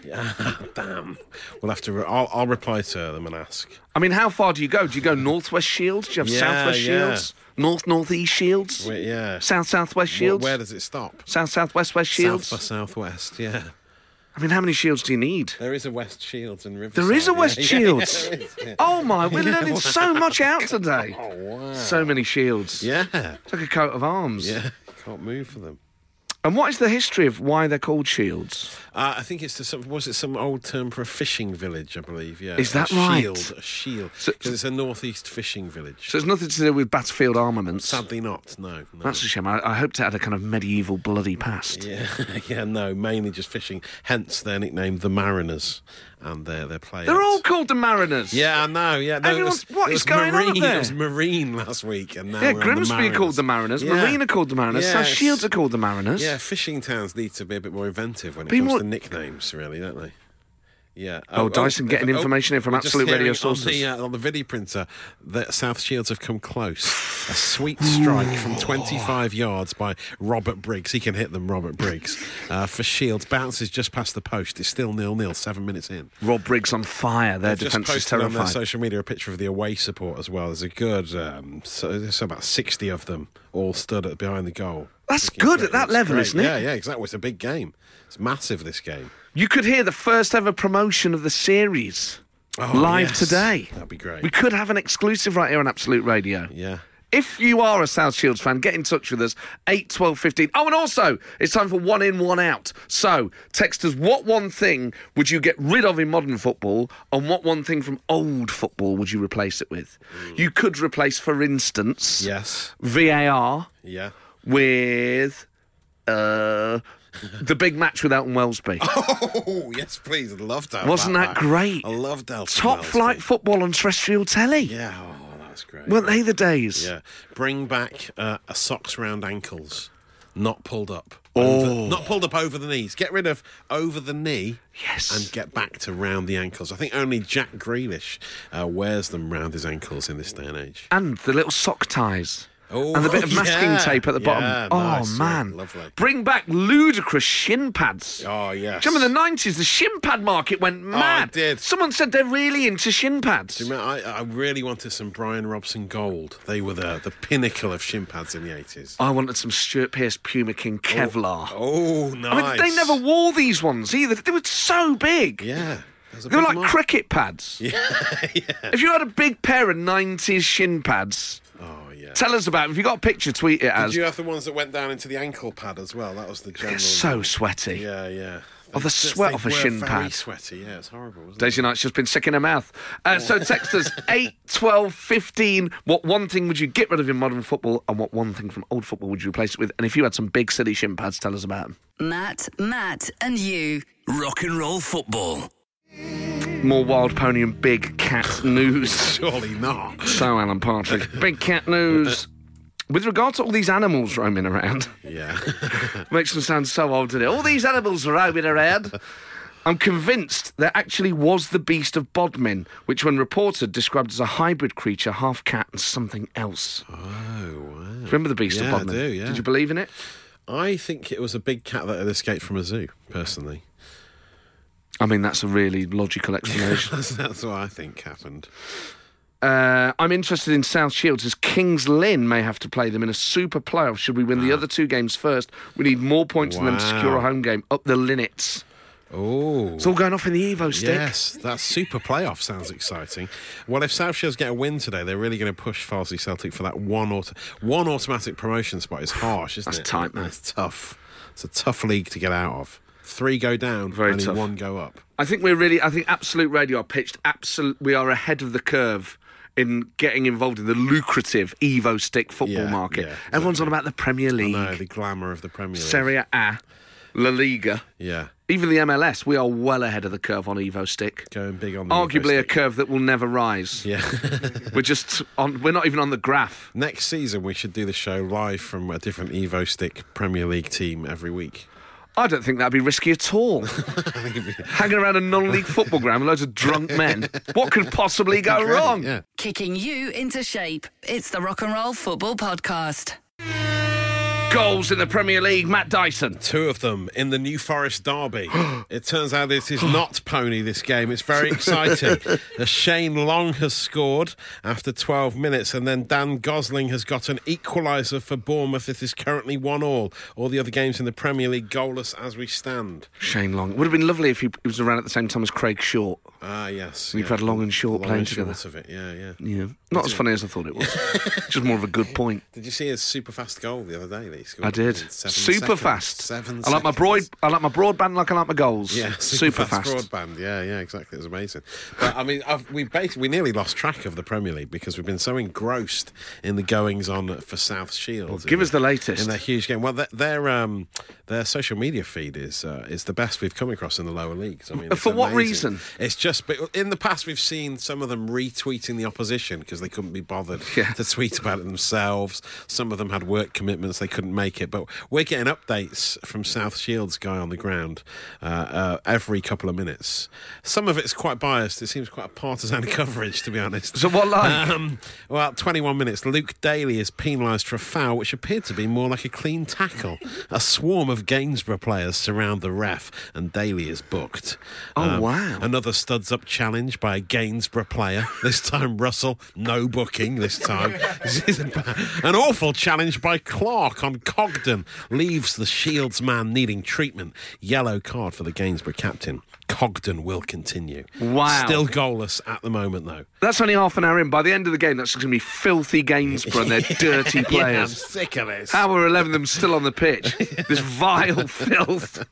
Speaker 2: Damn. We'll have to. Re- I'll, I'll reply to them and ask.
Speaker 4: I mean, how far do you go? Do you go North West Shields? Do you have
Speaker 2: Yeah,
Speaker 4: South West
Speaker 2: yeah.
Speaker 4: Shields? North North East Shields?
Speaker 2: Wait, yeah.
Speaker 4: South South West
Speaker 2: Wh-
Speaker 4: Shields?
Speaker 2: Where does it stop?
Speaker 4: South South West West Shields?
Speaker 2: South by Southwest. Yeah.
Speaker 4: I mean, how many shields do you need?
Speaker 2: There is a West Shields in Riverside.
Speaker 4: There is a
Speaker 2: yeah,
Speaker 4: West
Speaker 2: yeah,
Speaker 4: Shields.
Speaker 2: there is, yeah. Oh,
Speaker 4: Oh my, we're learning so much out today.
Speaker 2: wow.
Speaker 4: So many shields.
Speaker 2: Yeah.
Speaker 4: It's like a coat of arms.
Speaker 2: Yeah. Can't move for them.
Speaker 4: And what is the history of why they're called shields?
Speaker 2: Uh, I think it's the, some, was it some old term for a fishing village? I believe. Yeah.
Speaker 4: Is that
Speaker 2: a
Speaker 4: right?
Speaker 2: Shield, a shield.
Speaker 4: So-
Speaker 2: Because it's a northeast fishing village.
Speaker 4: So it's nothing to do with battlefield armaments.
Speaker 2: Sadly, not. No. no.
Speaker 4: That's a shame. I, I hoped it had a kind of medieval bloody past.
Speaker 2: yeah, yeah, no, mainly just fishing. Hence their nickname, the Mariners, and their their players.
Speaker 4: They're all called the Mariners.
Speaker 2: Yeah, I know. Yeah, no, it
Speaker 4: Everyone's-
Speaker 2: was-
Speaker 4: what
Speaker 2: it was
Speaker 4: is going on up
Speaker 2: marine,
Speaker 4: there?
Speaker 2: It was marine last week, and now
Speaker 4: Yeah,
Speaker 2: we're on the
Speaker 4: Grimsby are
Speaker 2: Mariners.
Speaker 4: called the Mariners.
Speaker 2: Yeah.
Speaker 4: Marina called the Mariners. South
Speaker 2: Yes.
Speaker 4: Shields are called the Mariners.
Speaker 2: Yeah, fishing towns need to be a bit more inventive when it
Speaker 4: Be
Speaker 2: comes
Speaker 4: more-
Speaker 2: to nicknames, really, don't they? Yeah.
Speaker 4: Oh, Dyson getting information in from
Speaker 2: we're just
Speaker 4: Absolute Radio
Speaker 2: hearing
Speaker 4: sources.
Speaker 2: On the, uh, on the video printer, that South Shields have come close. A sweet strike from 25 yards by Robert Briggs. He can hit them, Robert Briggs. Uh, for Shields, bounces just past the post. It's still nil-nil, seven minutes in.
Speaker 4: Rob Briggs on fire. Their
Speaker 2: They've just
Speaker 4: defence is
Speaker 2: posted on their
Speaker 4: terrified.
Speaker 2: social media a picture of the away support as well. There's a good, um, so there's about 60 of them all stood at, behind the goal.
Speaker 4: That's
Speaker 2: Looking
Speaker 4: good
Speaker 2: great.
Speaker 4: at that
Speaker 2: It's
Speaker 4: level,
Speaker 2: great.
Speaker 4: isn't it?
Speaker 2: Yeah, yeah, exactly. It's a big game. It's massive, this game.
Speaker 4: You could hear the first ever promotion of the series
Speaker 2: Oh,
Speaker 4: live
Speaker 2: yes.
Speaker 4: today.
Speaker 2: That'd be great.
Speaker 4: We could have an exclusive right here on Absolute Radio.
Speaker 2: Yeah.
Speaker 4: If you are a South Shields fan, get in touch with us, 8, 12, 15. Oh, and also, it's time for one in, one out. So, text us what one thing would you get rid of in modern football, and what one thing from old football would you replace it with? You could replace, for instance,
Speaker 2: Yes.
Speaker 4: VAR
Speaker 2: Yeah.
Speaker 4: with uh, the big match with Elton Wellesby.
Speaker 2: Oh, yes, please. I'd love to. have
Speaker 4: Wasn't that great?
Speaker 2: I loved Elton
Speaker 4: Top
Speaker 2: Wellesby.
Speaker 4: flight football on terrestrial telly.
Speaker 2: Yeah, oh, that's great.
Speaker 4: Weren't they the days?
Speaker 2: Yeah. Bring back uh, a socks round ankles, not pulled up.
Speaker 4: Oh.
Speaker 2: Over, not pulled up over the knees. Get rid of over the knee.
Speaker 4: Yes.
Speaker 2: And get back to round the ankles. I think only Jack Grealish uh, wears them round his ankles in this day and age.
Speaker 4: And the little sock ties.
Speaker 2: Oh,
Speaker 4: and the bit of masking
Speaker 2: yeah.
Speaker 4: tape at the bottom.
Speaker 2: Yeah,
Speaker 4: oh,
Speaker 2: nice, yeah,
Speaker 4: man.
Speaker 2: lovely.
Speaker 4: Bring back ludicrous shin pads.
Speaker 2: Oh, yes.
Speaker 4: Do you remember the 90s? The shin pad market went mad.
Speaker 2: it did.
Speaker 4: Someone said they're really into shin pads.
Speaker 2: Do you remember- I, I really wanted some Brian Robson gold. They were the, the pinnacle of shin pads in the 80s.
Speaker 4: I wanted some Stuart Pearce Puma King Kevlar.
Speaker 2: Oh, nice.
Speaker 4: I mean, they never wore these ones either. They were so big.
Speaker 2: Yeah. That was a
Speaker 4: They were
Speaker 2: big
Speaker 4: like
Speaker 2: mark.
Speaker 4: cricket pads. Yeah, If you had a big pair of 90s shin pads,
Speaker 2: Oh, yeah.
Speaker 4: tell us about it. If you got a picture, tweet it
Speaker 2: Did
Speaker 4: as.
Speaker 2: you have the ones that went down into the ankle pad as well? That was the general.
Speaker 4: They're so sweaty.
Speaker 2: Yeah, yeah.
Speaker 4: Oh, the
Speaker 2: They-
Speaker 4: sweat
Speaker 2: they
Speaker 4: off a
Speaker 2: were
Speaker 4: shin
Speaker 2: very
Speaker 4: pad.
Speaker 2: sweaty, yeah, it's horrible, wasn't it?
Speaker 4: Daisy Knight's just been sick in her mouth. Uh, so text us 8, 12, 15. What one thing would you get rid of in modern football and what one thing from old football would you replace it with? And if you had some big silly shin pads, tell us about them.
Speaker 3: Matt, Matt, and you.
Speaker 8: Rock and roll football.
Speaker 4: More wild pony and big cat news.
Speaker 2: Surely not.
Speaker 4: so, Alan Partridge, big cat news. With regard to all these animals roaming around,
Speaker 2: Yeah.
Speaker 4: makes them sound so old, doesn't it? All these animals roaming around. I'm convinced there actually was the beast of Bodmin, which, when reported, described as a hybrid creature, half cat and something else.
Speaker 2: oh, wow.
Speaker 4: Remember the Beast
Speaker 2: Yeah,
Speaker 4: of
Speaker 2: I
Speaker 4: Bodmin?
Speaker 2: do, yeah.
Speaker 4: Did you believe in it?
Speaker 2: I think it was a big cat that had escaped from a zoo, personally.
Speaker 4: I mean, that's a really logical explanation.
Speaker 2: That's, that's what I think happened.
Speaker 4: uh, I'm interested in South Shields as Kings Lynn may have to play them in a super playoff. Should we win the other two games first? We need more points than them to secure a
Speaker 2: Wow.
Speaker 4: home game. Up the Linnets.
Speaker 2: Oh.
Speaker 4: It's all going off in the Evo stick.
Speaker 2: Yes, that super playoff sounds exciting. Well, if South Shields get a win today, they're really going to push Farsley Celtic for that one auto- one automatic promotion spot. Is harsh, isn't
Speaker 4: That's
Speaker 2: it?
Speaker 4: tight, man.
Speaker 2: It's tough. It's a tough league to get out of. Three go down,
Speaker 4: Very
Speaker 2: only
Speaker 4: tough.
Speaker 2: one go up.
Speaker 4: I think we're really. I think Absolute Radio are pitched. Absolute. We are ahead of the curve in getting involved in the lucrative Evo stick football
Speaker 2: Yeah,
Speaker 4: market.
Speaker 2: yeah,
Speaker 4: Everyone's
Speaker 2: exactly.
Speaker 4: on about the Premier League,
Speaker 2: No, the glamour of the Premier League.
Speaker 4: Serie A, La Liga,
Speaker 2: Yeah,
Speaker 4: even the MLS. We are well ahead of the curve on Evo stick.
Speaker 2: going big on the
Speaker 4: Arguably a
Speaker 2: Euro
Speaker 4: curve that will never rise.
Speaker 2: stick. Yeah.
Speaker 4: We're just on. We're not even on the graph.
Speaker 2: Next season, we should do the show live from a different Evo Stick Premier League team every week.
Speaker 4: I don't think that'd be risky at all. Hanging around a non-league football ground with loads of drunk men. What could possibly go wrong?
Speaker 2: Yeah.
Speaker 3: Kicking you into shape. It's the Rock and Roll Football Podcast.
Speaker 4: goals in the Premier League, Matt Dyson.
Speaker 2: Two of them in the New Forest Derby. it turns out this is not pony, this game. It's very exciting. Uh, Shane Long has scored after 12 minutes, and then Dan Gosling has got an equaliser for Bournemouth. It is currently 1 all. All the other games in the Premier League goalless as we stand.
Speaker 4: Shane Long. It would have been lovely if he he was around at the same time as Craig Short.
Speaker 2: Ah, yes.
Speaker 4: We've had long and short
Speaker 2: Long
Speaker 4: playing
Speaker 2: and short
Speaker 4: together.
Speaker 2: of it, yeah, yeah.
Speaker 4: Yeah. Not as funny as I thought it was. Just more of a good point.
Speaker 2: Did you see his super fast goal the other day that he scored?
Speaker 4: I did.
Speaker 2: In seven
Speaker 4: Super
Speaker 2: seconds.
Speaker 4: fast.
Speaker 2: Seven
Speaker 4: I like my broad
Speaker 2: seconds.
Speaker 4: I like my broadband like I like my goals.
Speaker 2: Yeah,
Speaker 4: super, fast.
Speaker 2: broadband. Yeah, yeah, exactly. It was amazing. But I mean, I've, we basically we nearly lost track of the Premier League because we've been so engrossed in the goings on for South Shields.
Speaker 4: give
Speaker 2: in
Speaker 4: us the latest.
Speaker 2: in their huge game. Well, their their, um, their social media feed is uh, is the best we've come across in the lower leagues. I mean, it's
Speaker 4: For what
Speaker 2: amazing.
Speaker 4: reason?
Speaker 2: It's just but in the past we've seen some of them retweeting the opposition because they couldn't be bothered
Speaker 4: Yeah.
Speaker 2: to tweet about it themselves. Some of them had work commitments; they couldn't make it. But we're getting updates from South Shields guy on the ground uh, uh, every couple of minutes. Some of it's quite biased. It seems quite a partisan coverage, to be honest.
Speaker 4: So what like?
Speaker 2: Um, well, 21 minutes. Luke Daly is penalised for a foul, which appeared to be more like a clean tackle. a swarm of Gainsborough players surround the ref, and Daly is booked. Um,
Speaker 4: Oh, wow.
Speaker 2: Another studs up challenge by a Gainsborough player. This time, Russell. No booking this time. This isn't bad. An awful challenge by Clark on Cogden leaves the Shields man needing treatment. Yellow card for the Gainsborough captain. Cogden will continue.
Speaker 4: Wow.
Speaker 2: Still goalless at the moment, though.
Speaker 4: That's only half an hour in. By the end of the game, that's going to be filthy Gainsborough and their dirty
Speaker 2: Yeah, I'm
Speaker 4: players.
Speaker 2: sick of this.
Speaker 4: Hour 11 of them still on the pitch. This vile filth.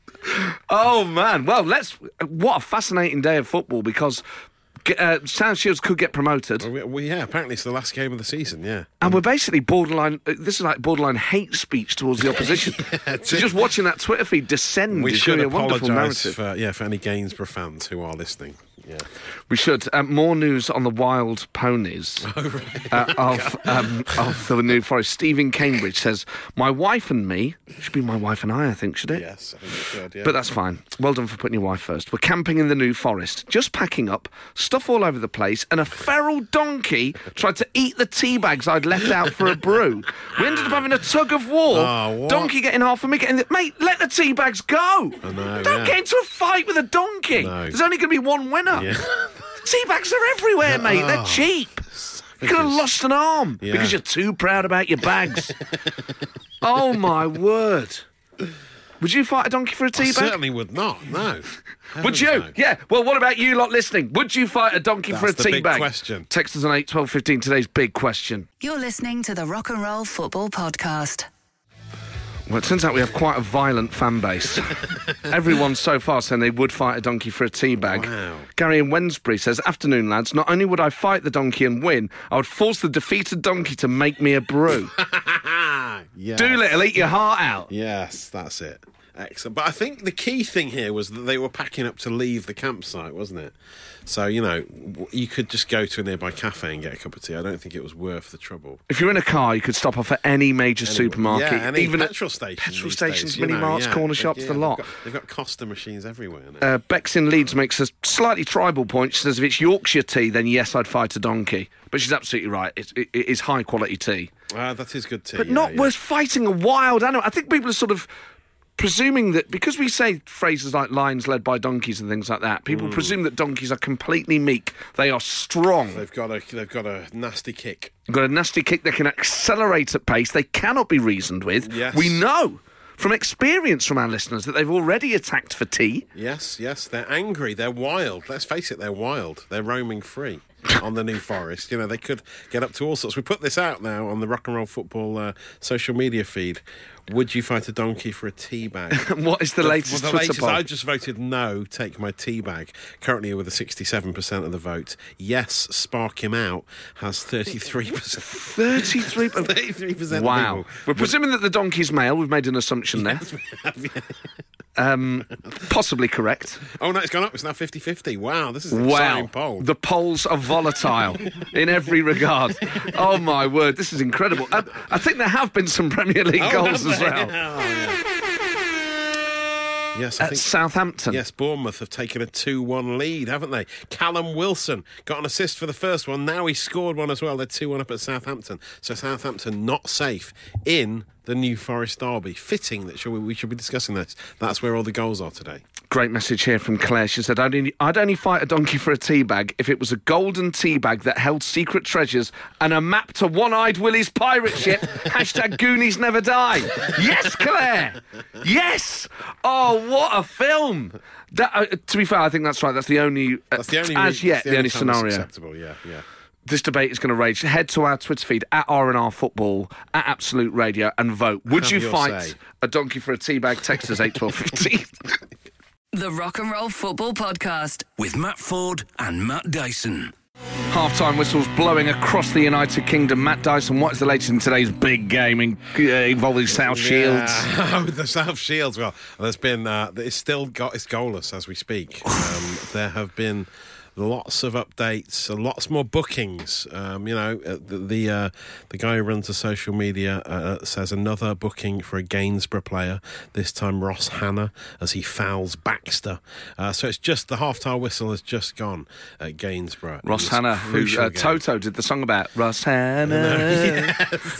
Speaker 4: Oh, man. Well, let's. What a fascinating day of football because uh, South Shields could get promoted.
Speaker 2: Well, well, yeah, apparently it's the last game of the season, yeah.
Speaker 4: And we're basically borderline. uh, This is like borderline hate speech towards the opposition. so just watching that Twitter feed descend
Speaker 2: We
Speaker 4: is
Speaker 2: should
Speaker 4: going to be a wonderful
Speaker 2: apologise
Speaker 4: narrative.
Speaker 2: for, yeah, for any Gainsborough fans who are listening. Yeah.
Speaker 4: We should. Um, more news on the wild ponies uh, of, um, of the New Forest. Stephen Cambridge says, My wife and me, should be my wife and I, I think, should it?
Speaker 2: Yes, I think it should, yeah.
Speaker 4: But uh, that's fine. Well done for putting your wife first. We're camping in the New Forest, just packing up, stuff all over the place, and a feral donkey tried to eat the tea bags I'd left out for a brew. We ended up having a tug of war.
Speaker 2: Oh, what?
Speaker 4: Donkey getting half of me getting. The, mate, let the tea bags go.
Speaker 2: know,
Speaker 4: Don't
Speaker 2: yeah.
Speaker 4: get into a fight with a donkey.
Speaker 2: No.
Speaker 4: There's only going to be one winner.
Speaker 2: Yeah. Oh.
Speaker 4: tea bags are everywhere, mate. They're cheap. You could have lost an arm
Speaker 2: Yeah.
Speaker 4: because you're too proud about your bags. oh my word! Would you fight a donkey for a
Speaker 2: I
Speaker 4: tea bag?
Speaker 2: certainly would not, no.
Speaker 4: Would
Speaker 2: Heavens
Speaker 4: you?
Speaker 2: no.
Speaker 4: Yeah. Well, what about you lot listening? Would you fight a donkey for a
Speaker 2: That's the
Speaker 4: tea
Speaker 2: big
Speaker 4: bag?
Speaker 2: question.
Speaker 4: Text us on 8 12 15 today's big question.
Speaker 3: You're listening to the Rock and Roll Football Podcast.
Speaker 4: Well, it turns out we have quite a violent fan base. Everyone so far saying they would fight a donkey for a tea bag.
Speaker 2: Wow.
Speaker 4: Gary in Wensbury says, Afternoon, lads. Not only would I fight the donkey and win, I would force the defeated donkey to make me a brew.
Speaker 2: Yes.
Speaker 4: Doolittle, eat your heart out.
Speaker 2: Yes, that's it. Excellent. But I think the key thing here was that they were packing up to leave the campsite, wasn't it? So, you know, w- you could just go to a nearby cafe and get a cup of tea. I don't think it was worth the trouble.
Speaker 4: If you're in a car, you could stop off at any major supermarket,
Speaker 2: yeah, any
Speaker 4: even
Speaker 2: petrol
Speaker 4: at
Speaker 2: station.
Speaker 4: petrol
Speaker 2: these
Speaker 4: stations,
Speaker 2: days, you
Speaker 4: mini
Speaker 2: know,
Speaker 4: marts,
Speaker 2: yeah.
Speaker 4: corner
Speaker 2: They-
Speaker 4: shops,
Speaker 2: yeah,
Speaker 4: the
Speaker 2: they've
Speaker 4: lot.
Speaker 2: got- They've got Costa machines everywhere now.
Speaker 4: Uh, Bex in Leeds makes a slightly tribal point. She says, if it's Yorkshire tea, then yes, I'd fight a donkey. But she's absolutely right. It's, it, it is high quality tea.
Speaker 2: Ah, that is good tea.
Speaker 4: But
Speaker 2: yeah,
Speaker 4: not
Speaker 2: yeah.
Speaker 4: worth fighting a wild animal. I think people are sort of presuming that because we say phrases like lions led by donkeys and things like that,
Speaker 2: Mm.
Speaker 4: people presume that donkeys are completely meek. They are strong.
Speaker 2: They've got a they've got a nasty kick.
Speaker 4: They've got a nasty kick. They can accelerate at pace. They cannot be reasoned with.
Speaker 2: Yes.
Speaker 4: We know from experience from our listeners that they've already attacked for tea.
Speaker 2: Yes, yes, they're angry. They're wild. Let's face it, they're wild. They're roaming free on the New Forest. You know, they could get up to all sorts. We put this out now on the Rock and Roll Football uh, social media feed. Would you fight a donkey for a tea bag?
Speaker 4: And what is the, latest
Speaker 2: well, the
Speaker 4: Twitter
Speaker 2: latest,
Speaker 4: poll?
Speaker 2: I just voted no, take my tea bag. Currently with a 67% of the vote. Yes, spark him out has 33%.
Speaker 4: 33
Speaker 2: 33%
Speaker 4: Wow.
Speaker 2: of
Speaker 4: We're presuming that the donkey's male. We've made an assumption there. Um,
Speaker 2: people.
Speaker 4: Possibly correct.
Speaker 2: oh, no, it's gone up. It's now 50-50. Wow, this is an
Speaker 4: Wow.
Speaker 2: exciting poll.
Speaker 4: The polls are volatile in every regard. Oh, my word. This is incredible. I, I think there have been some Premier League
Speaker 2: Oh,
Speaker 4: goals
Speaker 2: have
Speaker 4: as
Speaker 2: they?
Speaker 4: well.
Speaker 2: Oh, yeah. Yes, I
Speaker 1: at
Speaker 2: think.
Speaker 1: Southampton.
Speaker 2: Yes, Bournemouth have taken a 2 1 lead, haven't they? Callum Wilson got an assist for the first one. Now he scored one as well. They're 2 1 up at Southampton. So Southampton not safe in the New Forest Derby. Fitting that shall we, we should be discussing this. That's where all the goals are today.
Speaker 1: Great message here from Claire. She said, I'd only, I'd only fight a donkey for a tea bag if it was a golden tea bag that held secret treasures and a map to One Eyed Willie's pirate ship. Hashtag Goonies never die. Yes, Claire. Yes. Oh, what a film. That, uh, to be fair, I think that's right. That's the only, uh,
Speaker 2: That's the only
Speaker 1: as
Speaker 2: re-
Speaker 1: yet,
Speaker 2: it's
Speaker 1: the, only,
Speaker 2: time it's
Speaker 1: scenario
Speaker 2: acceptable. Yeah, yeah.
Speaker 1: this debate is going to rage. Head to our Twitter feed at R&R Football at Absolute Radio and vote. Would
Speaker 2: Have
Speaker 1: you
Speaker 2: your
Speaker 1: fight
Speaker 2: say.
Speaker 1: a donkey for a teabag? Text us eight twelve fifteen.
Speaker 3: The Rock and Roll Football Podcast.
Speaker 7: With Matt Ford and Matt Dyson.
Speaker 1: Halftime whistles blowing across the United Kingdom. Matt Dyson, what is the latest in today's big game in, uh, involving South Shields?
Speaker 2: Yeah. the South Shields. Well, there's been. Uh, it's still got. It's goalless as we speak. Um, there have been lots of updates, uh, lots more bookings. Um, you know, uh, the the, uh, the guy who runs the social media uh, says another booking for a Gainsborough player. This time Ross Hannah as he fouls Baxter. Uh, so it's just the half-time whistle has just gone at Gainsborough. in
Speaker 1: Ross
Speaker 2: this
Speaker 1: Hannah, who
Speaker 2: crucial
Speaker 1: uh,
Speaker 2: game.
Speaker 1: Toto did the song about. Ross Hannah,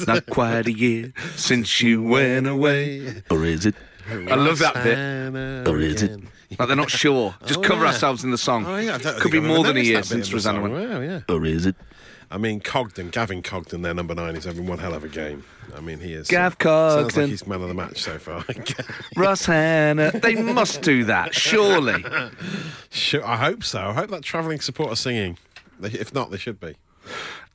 Speaker 1: not quite a year since you went away. Or is it? I love that bit.
Speaker 2: Hannah
Speaker 7: Or is it?
Speaker 2: again.
Speaker 1: Like they're not sure. Just
Speaker 2: Oh,
Speaker 1: cover
Speaker 2: yeah.
Speaker 1: ourselves in the song.
Speaker 2: Oh, yeah, I don't
Speaker 1: Could
Speaker 2: think
Speaker 1: be
Speaker 2: I've
Speaker 1: more
Speaker 2: ever
Speaker 1: than a
Speaker 2: noticed
Speaker 1: year
Speaker 2: that bit in
Speaker 1: since
Speaker 2: the
Speaker 1: Rosanna
Speaker 2: song.
Speaker 1: went.
Speaker 2: Wow, yeah.
Speaker 7: Or is it?
Speaker 2: I mean, Cogden, Gavin Cogden, their number nine, is having one hell of a game. I mean, he is. uh,
Speaker 1: Gav
Speaker 2: Sounds like
Speaker 1: Cogden.
Speaker 2: he's man of the match so far.
Speaker 1: Rosanna. They must do that, surely.
Speaker 2: sure, I hope so. I hope that travelling support are singing. They- If not, they should be.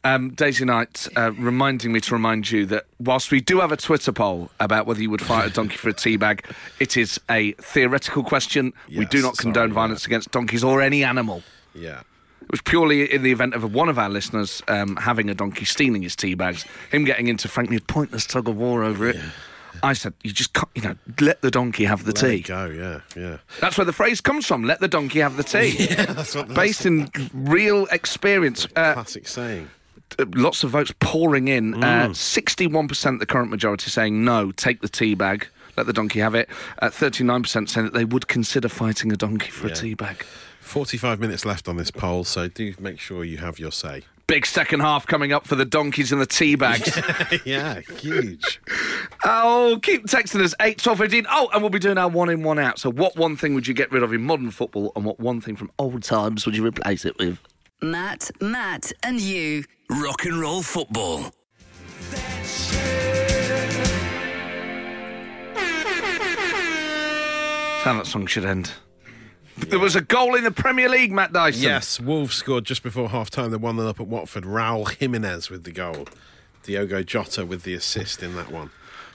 Speaker 1: Um, Daisy Knight uh, reminding me to remind you that whilst we do have a Twitter poll about whether you would fight a donkey for a teabag, it is a theoretical question. we do
Speaker 2: Yes,
Speaker 1: not condone
Speaker 2: sorry,
Speaker 1: violence against donkeys or any animal.
Speaker 2: Yeah.
Speaker 1: It was purely in the event of one of our listeners um, having a donkey stealing his tea bags, him getting into frankly a pointless tug of war over it. I said, you just can't, you know, let the donkey have the
Speaker 2: There you
Speaker 1: tea.
Speaker 2: go. Yeah. Yeah.
Speaker 1: That's where the phrase comes from. Let the donkey have the tea.
Speaker 2: That's what the
Speaker 1: Based in real experience, uh,
Speaker 2: classic saying.
Speaker 1: uh, lots of votes pouring in. Uh, 61% the current majority saying no, take the tea bag, let the donkey have it. Uh, 39% saying that they would consider fighting a donkey for a
Speaker 2: Yeah.
Speaker 1: tea bag.
Speaker 2: 45 minutes left on this poll, so do make sure you have your say.
Speaker 1: Big second half coming up for the donkeys and the tea bags.
Speaker 2: yeah, huge.
Speaker 1: Oh, keep texting us, 8, 12, 15. Oh, and we'll be doing our one in, one out. So, what one thing would you get rid of in modern football, and what one thing from old times would you replace it with?
Speaker 3: Matt, Matt, and you.
Speaker 7: Rock and roll football.
Speaker 1: That's how that song should end. There was a goal in the Premier League, Matt Dyson.
Speaker 2: Yes, Wolves scored just before half time. They won them up at Watford. Raul Jimenez with the goal. Diogo Jota with the assist in that one.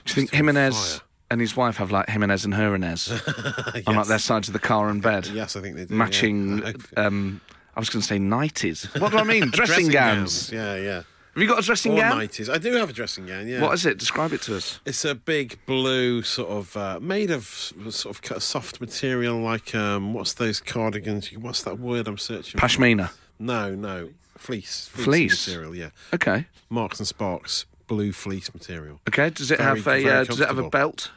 Speaker 1: Do you think
Speaker 2: Just on
Speaker 1: Jimenez
Speaker 2: fire.
Speaker 1: and his wife have like Jimenez and her Inez on like
Speaker 2: Yes.
Speaker 1: their sides of the car and bed?
Speaker 2: Yes, I think they do. yeah.
Speaker 1: Matching,
Speaker 2: I hope-
Speaker 1: um, I was going to say nighties. What do I mean? dressing, gowns.
Speaker 2: Yeah, yeah.
Speaker 1: Have you got a dressing
Speaker 2: Or
Speaker 1: gown?
Speaker 2: 90s. I do have a dressing gown, yeah.
Speaker 1: What is it? Describe it to us.
Speaker 2: It's a big blue sort of uh, made of s- sort of cut- soft material like um, what's those cardigans? You- What's that word I'm searching? for?
Speaker 1: Pashmina.
Speaker 2: No, no, fleece. Fleece,
Speaker 1: Fleece?
Speaker 2: material. Yeah,
Speaker 1: Okay.
Speaker 2: Marks and Sparks blue fleece material.
Speaker 1: Okay. Does it
Speaker 2: Very-
Speaker 1: have a
Speaker 2: very
Speaker 1: uh, Does it have a
Speaker 2: comfortable.
Speaker 1: belt?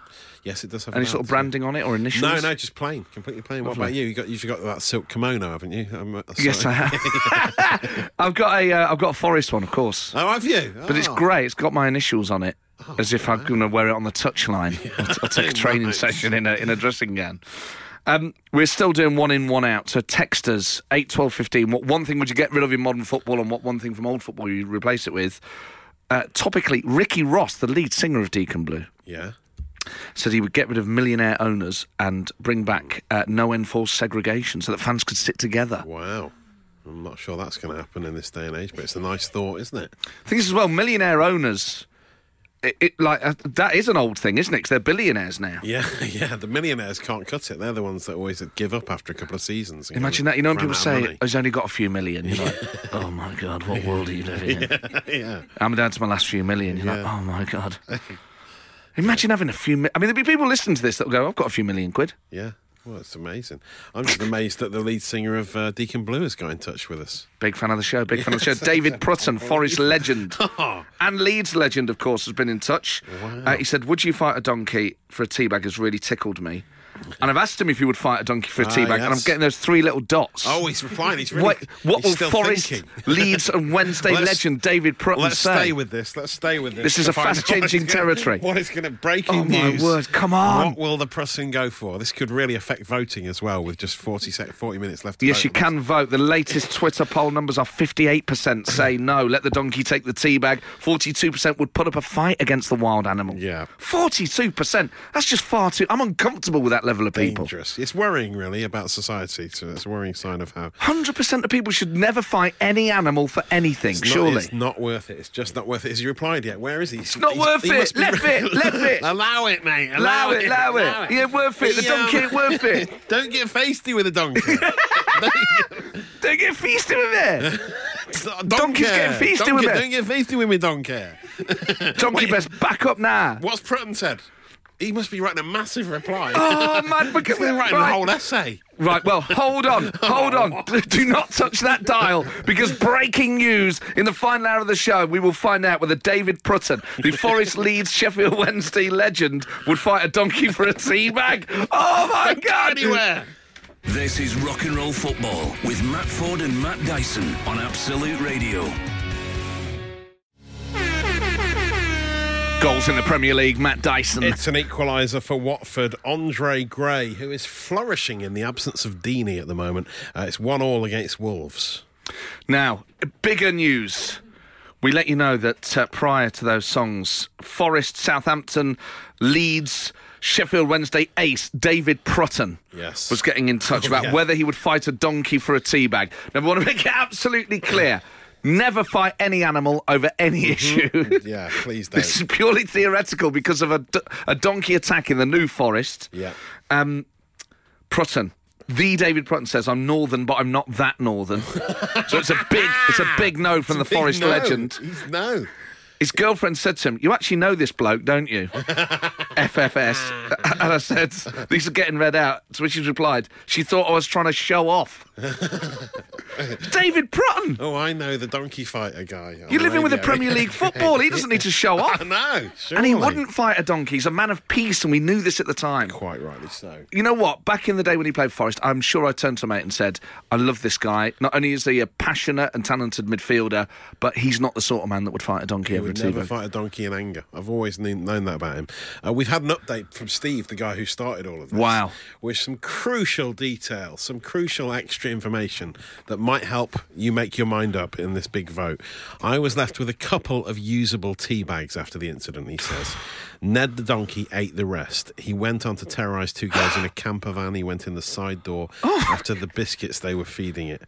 Speaker 2: Yes, it does have
Speaker 1: Any
Speaker 2: that,
Speaker 1: sort of
Speaker 2: yeah.
Speaker 1: branding on it or initials?
Speaker 2: No, no, just plain, completely plain. What about
Speaker 1: Lovely.
Speaker 2: you? You got, you've got that silk kimono, haven't you? Um, uh,
Speaker 1: Yes, I
Speaker 2: sorry.
Speaker 1: have. I've got a uh, I've got a forest one, of course.
Speaker 2: Oh, have you?
Speaker 1: But it's
Speaker 2: Oh.
Speaker 1: grey. It's got my initials on it, as if I'm going to wear it on the touchline. I'll, I'll take a training
Speaker 2: Nice.
Speaker 1: session in a in a dressing gown. Um, we're still doing one in, one out. So text us eight, twelve, fifteen. What one thing would you get rid of in modern football, and what one thing from old football you'd replace it with? Uh, topically, Ricky Ross, the lead singer of Deacon Blue,
Speaker 2: Yeah.
Speaker 1: said he would get rid of millionaire owners and bring back uh, no enforced segregation, so that fans could sit together.
Speaker 2: Wow. I'm not sure that's going to happen in this day and age, but it's a nice thought, isn't it?
Speaker 1: things as well. Millionaire owners, it, it like uh, that is an old thing, isn't it? 'Cause they're billionaires now.
Speaker 2: Yeah, yeah. The millionaires can't cut it. They're the ones that always give up after a couple of seasons. and
Speaker 1: Imagine
Speaker 2: go,
Speaker 1: that. You know, when
Speaker 2: "Ran
Speaker 1: people
Speaker 2: out of
Speaker 1: say, "He's only got a few million, you're like, "Oh my god, what world are you living in?"
Speaker 2: money." yeah,
Speaker 1: I'm down to my last few million. You're like,
Speaker 2: Yeah.
Speaker 1: "Oh my god." Imagine having a few. Mi- I mean, there'd be people listening to this that'll go, "I've got a few million quid."
Speaker 2: yeah. Well, it's amazing. I'm just amazed that the lead singer of uh, Deacon Blue has got in touch with us.
Speaker 1: Big fan of the show. Big fan of the show. David Prutton, Forest legend
Speaker 2: Oh.
Speaker 1: and Leeds legend, of course, has been in touch. Uh, he said, "Would you fight a donkey for a teabag?" Has really tickled me. And I've asked him if he would fight a donkey for a
Speaker 2: Ah,
Speaker 1: tea bag, and I'm
Speaker 2: yes.
Speaker 1: getting those three little dots.
Speaker 2: Oh, he's replying. He's really.
Speaker 1: what what
Speaker 2: he's
Speaker 1: will
Speaker 2: still
Speaker 1: Forest
Speaker 2: thinking.
Speaker 1: Leeds and Wednesday
Speaker 2: Let's-
Speaker 1: legend David Prutton
Speaker 2: Let's
Speaker 1: say?
Speaker 2: stay with this. Let's stay with this.
Speaker 1: This is
Speaker 2: to
Speaker 1: a
Speaker 2: find out
Speaker 1: fast-changing
Speaker 2: what it's gonna-
Speaker 1: territory.
Speaker 2: What is going to breaking
Speaker 1: Oh, my
Speaker 2: news?
Speaker 1: word, come on.
Speaker 2: What will the pressing go for? This could really affect voting as well, with just 40, sec- 40 minutes left. To
Speaker 1: Yes,
Speaker 2: vote
Speaker 1: you
Speaker 2: on this.
Speaker 1: can vote. The latest Twitter poll numbers are 58% say no, let the donkey take the tea bag. 42% would put up a fight against the wild animal.
Speaker 2: Yeah.
Speaker 1: 42%. That's just far too. I'm uncomfortable with that level of people.
Speaker 2: Dangerous. It's worrying, really, about society. So it's a worrying sign of how.
Speaker 1: 100% of people should never fight any animal for anything,
Speaker 2: It's not-
Speaker 1: surely.
Speaker 2: it's not worth it. It's just not worth it. Has he replied yet? Where is he? It's
Speaker 1: not worth it. Left it, left it.
Speaker 2: Allow it, mate.
Speaker 1: Allow it, allow it.
Speaker 2: allow
Speaker 1: Yeah, worth it. The
Speaker 2: He,
Speaker 1: donkey ain't worth it.
Speaker 2: Don't get feisty with a donkey.
Speaker 1: Don't get feasted with it.
Speaker 2: don't
Speaker 1: Donkeys
Speaker 2: care.
Speaker 1: get feisty
Speaker 2: Don't
Speaker 1: with
Speaker 2: get-
Speaker 1: it.
Speaker 2: Don't get feisty with me, don't care.
Speaker 1: Donkey best back up now.
Speaker 2: What's Prutton said? He must be writing a massive reply.
Speaker 1: Oh, man. Look at
Speaker 2: He's been
Speaker 1: right.
Speaker 2: writing a whole essay.
Speaker 1: Right, well, hold on, hold on. Do not touch that dial because breaking news in the final hour of the show, we will find out whether David Prutton, the Forest Leeds Sheffield Wednesday legend, would fight a donkey for a tea bag. Oh my God!
Speaker 2: Anywhere.
Speaker 7: This is Rock and Roll Football with Matt Ford and Matt Dyson on Absolute Radio.
Speaker 1: Goals in the Premier League, Matt Dyson.
Speaker 2: It's an equaliser for Watford. Andre Gray, who is flourishing in the absence of Deeney at the moment. Uh, it's one all against Wolves.
Speaker 1: Now, bigger news. We let you know that uh, prior to those songs, Forest, Southampton, Leeds, Sheffield Wednesday ace David Prutton
Speaker 2: Yes.
Speaker 1: was getting in touch
Speaker 2: Oh,
Speaker 1: about
Speaker 2: yeah.
Speaker 1: whether he would fight a donkey for a tea bag. Now, I want to make it absolutely clear: never fight any animal over any
Speaker 2: Mm-hmm.
Speaker 1: issue.
Speaker 2: Yeah, please don't.
Speaker 1: This is purely theoretical because of a, do- a donkey attack in the New Forest.
Speaker 2: yeah.
Speaker 1: Um, Prutton. The David Prutton says, "I'm northern, but I'm not that northern." so it's a big, it's a big no from the Forest
Speaker 2: no.
Speaker 1: legend.
Speaker 2: He's no.
Speaker 1: His girlfriend said to him, "You actually know this bloke, don't you?" FFS. And I said, "These are getting read out." To which she replied, "She thought I was trying to show off." David Prutton,
Speaker 2: Oh, I know the donkey fighter guy. on
Speaker 1: you're
Speaker 2: the
Speaker 1: living with a
Speaker 2: radio.
Speaker 1: Premier League football. He doesn't need to show off.
Speaker 2: I know.
Speaker 1: And he
Speaker 2: surely.
Speaker 1: wouldn't fight a donkey. He's a man of peace, and we knew this at the time.
Speaker 2: Quite rightly so.
Speaker 1: you know what? Back in the day when he played Forest, I'm sure I turned to a mate and said, "I love this guy. Not only is he a passionate and talented midfielder, but he's not the sort of man that would fight a donkey
Speaker 2: He
Speaker 1: over a
Speaker 2: would
Speaker 1: tea
Speaker 2: never
Speaker 1: bag."
Speaker 2: fight a donkey in anger. I've always kn- known that about him. Uh, we've had an update from Steve, the guy who started all of this.
Speaker 1: Wow.
Speaker 2: With some crucial detail, some crucial extra information that might help you make your mind up in this big vote. I was left with a couple of usable tea bags after the incident, he says. Ned the donkey ate the rest. He went on to terrorise two guys in a camper van. He went in the side door
Speaker 1: Oh.
Speaker 2: after the biscuits they were feeding it.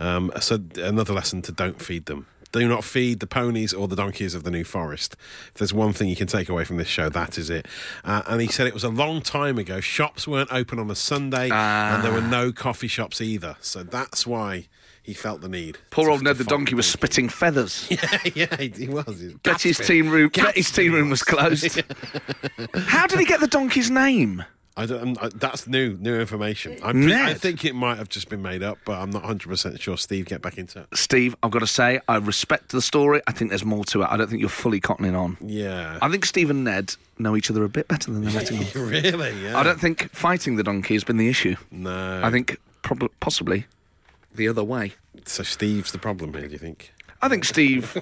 Speaker 2: Um, so, another lesson to don't feed them. Do not feed the ponies or the donkeys of the New Forest. If there's one thing you can take away from this show, that is it. Uh, and he said it was a long time ago. Shops weren't open on a Sunday, and there
Speaker 1: Ah.
Speaker 2: were no coffee shops either. So that's why he felt the need.
Speaker 1: Poor
Speaker 2: to-
Speaker 1: old Ned the
Speaker 2: to
Speaker 1: donkey was
Speaker 2: fight
Speaker 1: spitting feathers.
Speaker 2: the donkey. yeah, he, he was. He was
Speaker 1: Betty's
Speaker 2: gasping.
Speaker 1: team room.
Speaker 2: Gasping
Speaker 1: Betty's team room was closed. How did he get the donkey's name?
Speaker 2: I don't, i that's new, new information. I'm pre- I
Speaker 1: Ned.
Speaker 2: think it might have just been made up, but I'm not 100 percent sure. Steve, get back in touch.
Speaker 1: Steve, I've got to say, I respect the story. I think there's more to it. I don't think you're fully cottoning on.
Speaker 2: Yeah.
Speaker 1: I think Steve and Ned know each other a bit better than they're letting on.
Speaker 2: really? Yeah.
Speaker 1: I don't think fighting the donkey has been the issue.
Speaker 2: No.
Speaker 1: I think probably possibly the other way.
Speaker 2: so. Steve's the problem here. Do you think?
Speaker 1: I think Steve.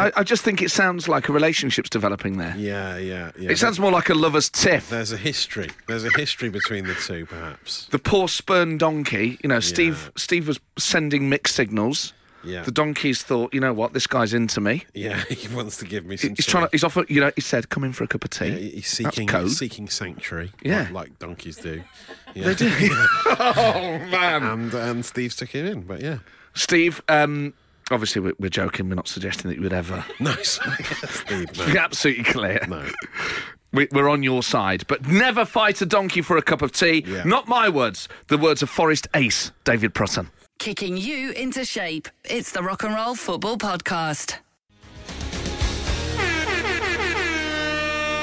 Speaker 1: I, I just think it sounds like a relationship's developing there.
Speaker 2: Yeah, yeah, yeah.
Speaker 1: It sounds more like a lover's tiff.
Speaker 2: There's a history. There's a history between the two, perhaps.
Speaker 1: The poor spurned donkey. You know, Steve. Steve was sending mixed signals.
Speaker 2: Yeah.
Speaker 1: The donkeys thought, you know what, this guy's into me.
Speaker 2: Yeah, he wants to give me some.
Speaker 1: He's trying to. He's offered. You know, he said, "Come in for a cup of tea."
Speaker 2: Yeah, he's seeking
Speaker 1: That's code.
Speaker 2: seeking sanctuary.
Speaker 1: Yeah.
Speaker 2: like, like donkeys do. Yeah. They do.
Speaker 1: oh man.
Speaker 2: and and Steve's took him in, but yeah.
Speaker 1: Steve. Um, obviously, we're, we're joking. We're not suggesting that you would ever.
Speaker 2: No, sorry, Steve.
Speaker 1: Be
Speaker 2: No.
Speaker 1: absolutely clear.
Speaker 2: no.
Speaker 1: We, we're on your side, but never fight a donkey for a cup of tea.
Speaker 2: Yeah.
Speaker 1: Not my words, the words of Forest Ace, David Prutton.
Speaker 3: Kicking you into shape. It's the Rock and Roll Football Podcast.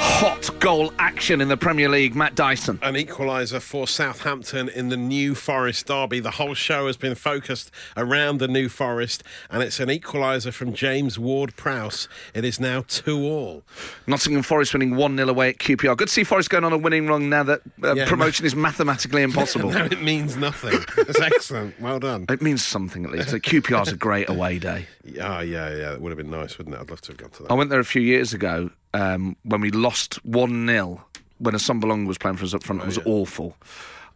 Speaker 1: hot goal action in the Premier League. Matt Dyson.
Speaker 2: an equaliser for Southampton in the New Forest derby. The whole show has been focused around the New Forest, and it's an equaliser from James Ward Prowse. It is now two all.
Speaker 1: Nottingham Forest winning 1 0 away at QPR. Good to see Forest going on a winning run now that uh,
Speaker 2: Yeah,
Speaker 1: promotion is mathematically impossible.
Speaker 2: No, it means nothing. It's excellent. Well done.
Speaker 1: It means something at least. QPR's a great away day.
Speaker 2: Yeah, Ah, yeah, yeah. It would have been nice, wouldn't it? I'd love to have gone to that.
Speaker 1: I went there a few years ago um, when we lost 1 0 when Assembalong was playing for us up front. it was awful.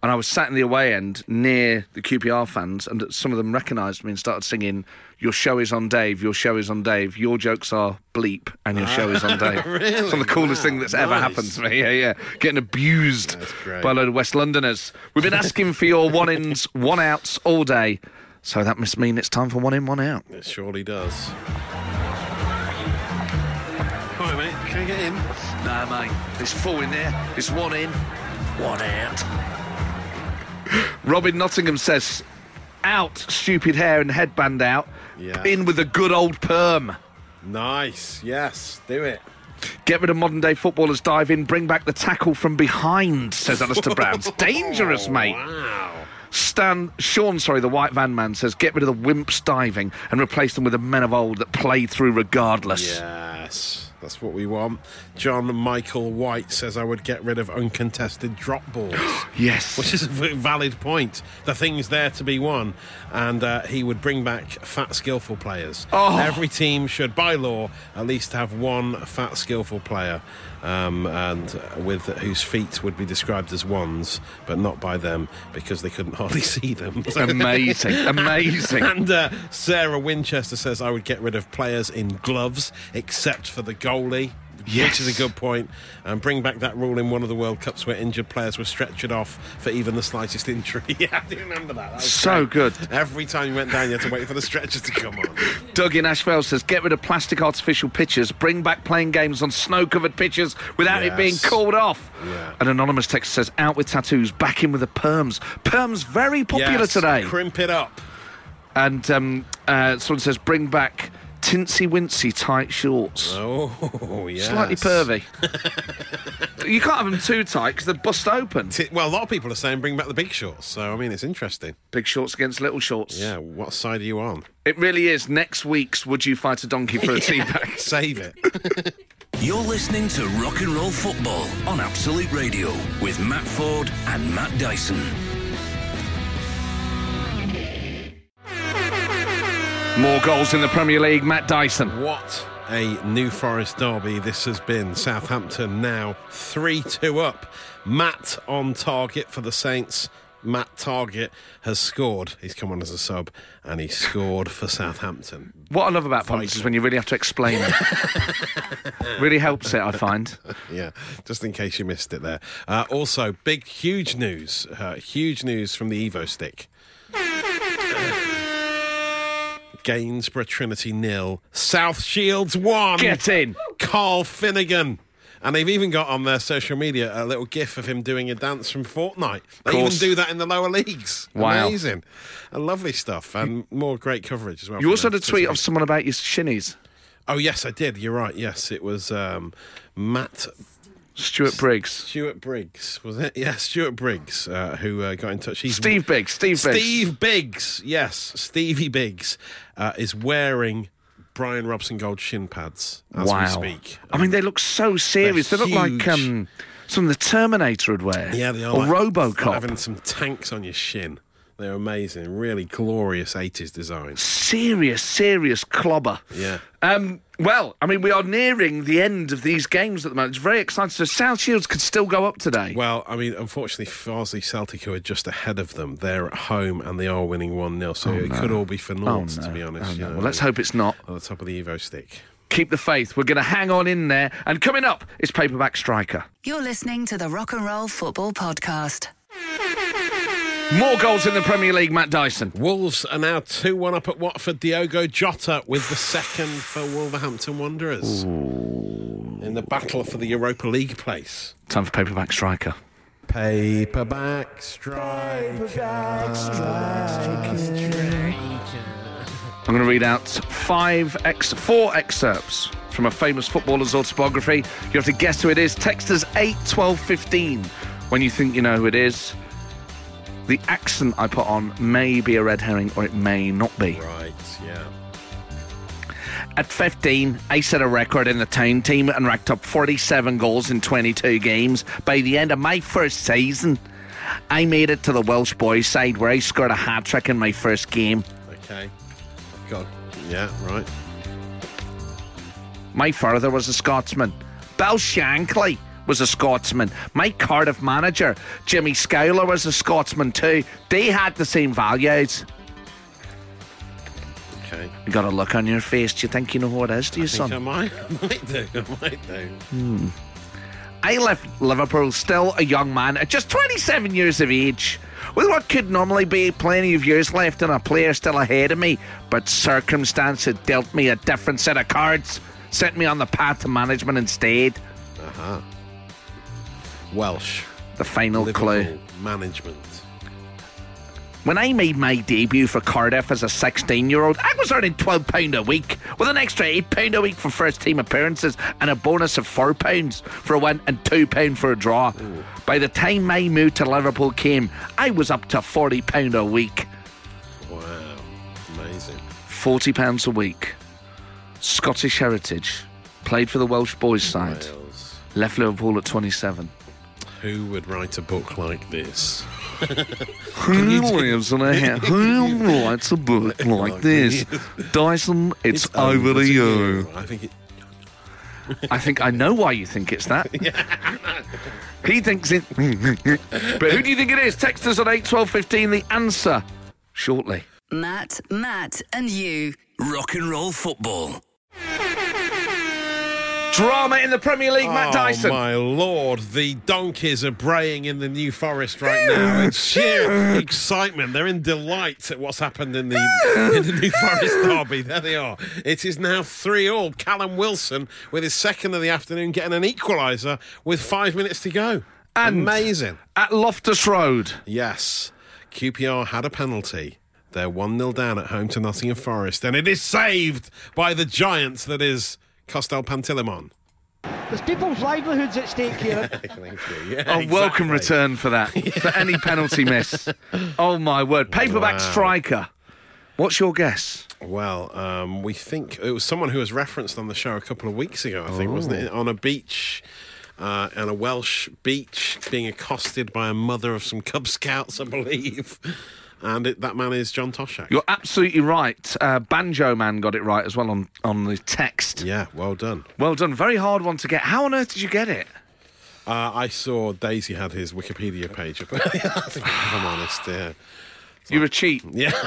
Speaker 1: And I was sat in the away end near the QPR fans, and some of them recognised me and started singing, Your show is on Dave, your show is on Dave, your jokes are bleep, and your show is on Dave.
Speaker 2: Really?
Speaker 1: It's one of the coolest
Speaker 2: Wow,
Speaker 1: thing that's ever
Speaker 2: nice.
Speaker 1: happened to me. Yeah, yeah. Getting abused
Speaker 2: great.
Speaker 1: by a load of West Londoners. We've been asking for your one ins, one outs all day. So that must mean it's time for one in, one out.
Speaker 2: It surely does. Hi, mate. Can I get in?
Speaker 1: Nah, mate. It's four in there. It's one in, one out. Robin Nottingham says, out, stupid hair and headband out.
Speaker 2: Yeah.
Speaker 1: In with a good old perm.
Speaker 2: Nice. Yes. Do it.
Speaker 1: Get rid of modern day footballers, dive in, bring back the tackle from behind, says Alistair Brown. It's dangerous, mate.
Speaker 2: Wow.
Speaker 1: Stan Sean, sorry, the white van man says, get rid of the wimps diving and replace them with the men of old that play through regardless.
Speaker 2: Yes, that's what we want. John Michael White says I would get rid of uncontested drop balls,
Speaker 1: Yes.
Speaker 2: which is a v- valid point. The thing's there to be won, and uh, he would bring back fat skillful players.
Speaker 1: Oh.
Speaker 2: Every team should, by law, at least have one fat skillful player, um, and uh, with whose feet would be described as ones, but not by them because they couldn't hardly see them.
Speaker 1: amazing. Amazing.
Speaker 2: And uh, Sarah Winchester says I would get rid of players in gloves, except for the goalie.
Speaker 1: Yes.
Speaker 2: Which is a good point. And bring back that rule in one of the World Cups where injured players were stretchered off for even the slightest injury. yeah, I do remember that. that was
Speaker 1: So
Speaker 2: great.
Speaker 1: good.
Speaker 2: Every time you went down, you had to wait for the stretcher to come on.
Speaker 1: Doug in Ashvale says, get rid of plastic artificial pitches, bring back playing games on snow covered pitches without it being
Speaker 2: Yes.
Speaker 1: called off.
Speaker 2: Yeah.
Speaker 1: An anonymous text says, out with tattoos, back in with the perms. Perms very popular
Speaker 2: Yes,
Speaker 1: today.
Speaker 2: Crimp it up.
Speaker 1: and um, uh, someone says, bring back tinsy wincy tight shorts.
Speaker 2: Oh, yeah.
Speaker 1: Slightly pervy. you can't have them too tight because they bust open.
Speaker 2: Well, a lot of people are saying bring back the big shorts. So, I mean, it's interesting.
Speaker 1: Big shorts against little shorts.
Speaker 2: Yeah, what side are you on?
Speaker 1: It really is next week's Would You Fight a Donkey for a Tea Bag?
Speaker 2: Save it.
Speaker 7: You're listening to Rock and Roll Football on Absolute Radio with Matt Ford and Matt Dyson.
Speaker 1: More goals in the Premier League. Matt Dyson.
Speaker 2: What a New Forest derby this has been. Southampton now 3 2 up. Matt on target for the Saints. Matt Target has scored. He's come on as a sub and he scored for Southampton.
Speaker 1: What I love about puns is when you really have to explain it. really helps it, I find.
Speaker 2: Yeah, just in case you missed it there. Uh, also, big, huge news. Uh, huge news from the Evo stick. Gainsborough Trinity nil, South Shields one.
Speaker 1: Get in.
Speaker 2: Carl Finnegan. And they've even got on their social media a little gif of him doing a dance from Fortnite. They even
Speaker 1: Course.
Speaker 2: do that in the lower leagues.
Speaker 1: Wow.
Speaker 2: Amazing. And lovely stuff. And more great coverage as well.
Speaker 1: You
Speaker 2: from
Speaker 1: also
Speaker 2: them
Speaker 1: had a tweet of
Speaker 2: this
Speaker 1: someone about your shinnies,
Speaker 2: week. Oh, yes, I did. You're right. Yes, it was um, Matt
Speaker 1: Stuart Briggs.
Speaker 2: Stuart Briggs, was it? Yeah, Stuart Briggs, uh, who uh, got in touch. He's
Speaker 1: Steve Biggs, Steve Biggs.
Speaker 2: Steve Biggs, yes, Stevie Biggs uh, is wearing Brian Robson Gold shin pads as
Speaker 1: wow.
Speaker 2: we speak.
Speaker 1: I mean, they look so serious. They
Speaker 2: They're
Speaker 1: look like
Speaker 2: huge.
Speaker 1: um, something the Terminator would wear.
Speaker 2: Yeah, they are.
Speaker 1: Or
Speaker 2: like-
Speaker 1: Robocop.
Speaker 2: like having some tanks on your shin. They're amazing. Really glorious 80s designs.
Speaker 1: serious, serious clobber.
Speaker 2: Yeah.
Speaker 1: Um, well, I mean, we are nearing the end of these games at the moment. It's very exciting. So South Shields could still go up today.
Speaker 2: Well, I mean, unfortunately, Farsley Celtic, who are just ahead of them, they're at home and they are winning 1 0. So it could all be for naught, to be honest.
Speaker 1: Oh,
Speaker 2: you
Speaker 1: no.
Speaker 2: know,
Speaker 1: Well, let's hope it's not.
Speaker 2: On the top of the Evo stick.
Speaker 1: Keep the faith. We're going to hang on in there. And coming up is Paperback Striker.
Speaker 3: You're listening to the Rock and Roll Football Podcast.
Speaker 1: More goals in the Premier League, Matt Dyson.
Speaker 2: Wolves are now 2 1 up at Watford. Diogo Jota with the second for Wolverhampton Wanderers in the battle for the Europa League place.
Speaker 1: Time for Paperback Striker.
Speaker 2: Paperback strike.
Speaker 1: I'm going to read out five ex- four excerpts from a famous footballer's autobiography. You have to guess who it is. Text us 81215 when you think you know who it is. The accent I put on may be a red herring or it may not be.
Speaker 2: Right, yeah.
Speaker 1: At 15, I set a record in the town team and racked up 47 goals in 22 games. By the end of my first season, I made it to the Welsh boys' side where I scored a hat trick in my first game.
Speaker 2: Okay. I've got. Yeah, right.
Speaker 1: My father was a Scotsman. Bill Shankly was a Scotsman. My Cardiff manager, Jimmy Scowler, was a Scotsman too. They had the same values.
Speaker 2: Okay.
Speaker 1: You got a look on your face. Do you think you know who it is, do you,
Speaker 2: Think
Speaker 1: son?
Speaker 2: I might, I might do. I might do.
Speaker 1: I left Liverpool still a young man at just 27 years of age, with what could normally be plenty of years left and a player still ahead of me. But circumstance had dealt me a different set of cards, sent me on the path to management instead.
Speaker 2: Welsh.
Speaker 1: The final clue.
Speaker 2: Liverpool management.
Speaker 1: When I made my debut for Cardiff as a 16 year old, I was earning £12 a week, with an extra £8 a week for first team appearances and a bonus of £4 for a win and £2 for a draw. By the time my move to Liverpool came, I was up to £40 a week.
Speaker 2: Wow. Amazing.
Speaker 1: £40 a week. Scottish heritage. Played for the Welsh boys side.
Speaker 2: Wales.
Speaker 1: Left Liverpool at 27.
Speaker 2: Who would write a book like this?
Speaker 1: Who lives in a house? Who writes a book
Speaker 2: like this?
Speaker 1: Dyson, it's,
Speaker 2: I think it.
Speaker 1: I think I know why you think it's that. he thinks it. but who do you think it is? Text us on 81215 the answer shortly.
Speaker 3: Matt, Matt, and you.
Speaker 7: Rock and roll football.
Speaker 1: Drama in the Premier League, Matt Dyson.
Speaker 2: Oh my lord! The donkeys are braying in the New Forest right now. It's sheer excitement. They're in delight at what's happened in the in the New Forest derby. There they are. It is now three all. Callum Wilson with his second of the afternoon, getting an equaliser with five minutes to go.
Speaker 1: And-
Speaker 2: Amazing.
Speaker 1: At Loftus Road.
Speaker 2: Yes, QPR had a penalty. They're 1 0 down at home to Nottingham Forest, and it is saved by the giant that is Costel Pantilimon.
Speaker 9: There's people's livelihoods at stake here.
Speaker 1: A Oh, welcome return for that, for any penalty miss. Oh my word. Paperback
Speaker 2: Wow.
Speaker 1: striker. What's your guess?
Speaker 2: Well, um, we think it was someone who was referenced on the show a couple of weeks ago, I think, wasn't it? On a beach, uh, on a Welsh beach, being accosted by a mother of some Cub Scouts, I believe. And it, that man is John Toshak.
Speaker 1: You're absolutely right. Uh, Banjo Man got it right as well on, on the text.
Speaker 2: yeah, well done.
Speaker 1: Well done. Very hard one to get. How on earth did you get it?
Speaker 2: Uh, I saw Daisy had his Wikipedia page up. I think, if I'm honest, yeah.
Speaker 1: You're a cheat.
Speaker 2: Yeah.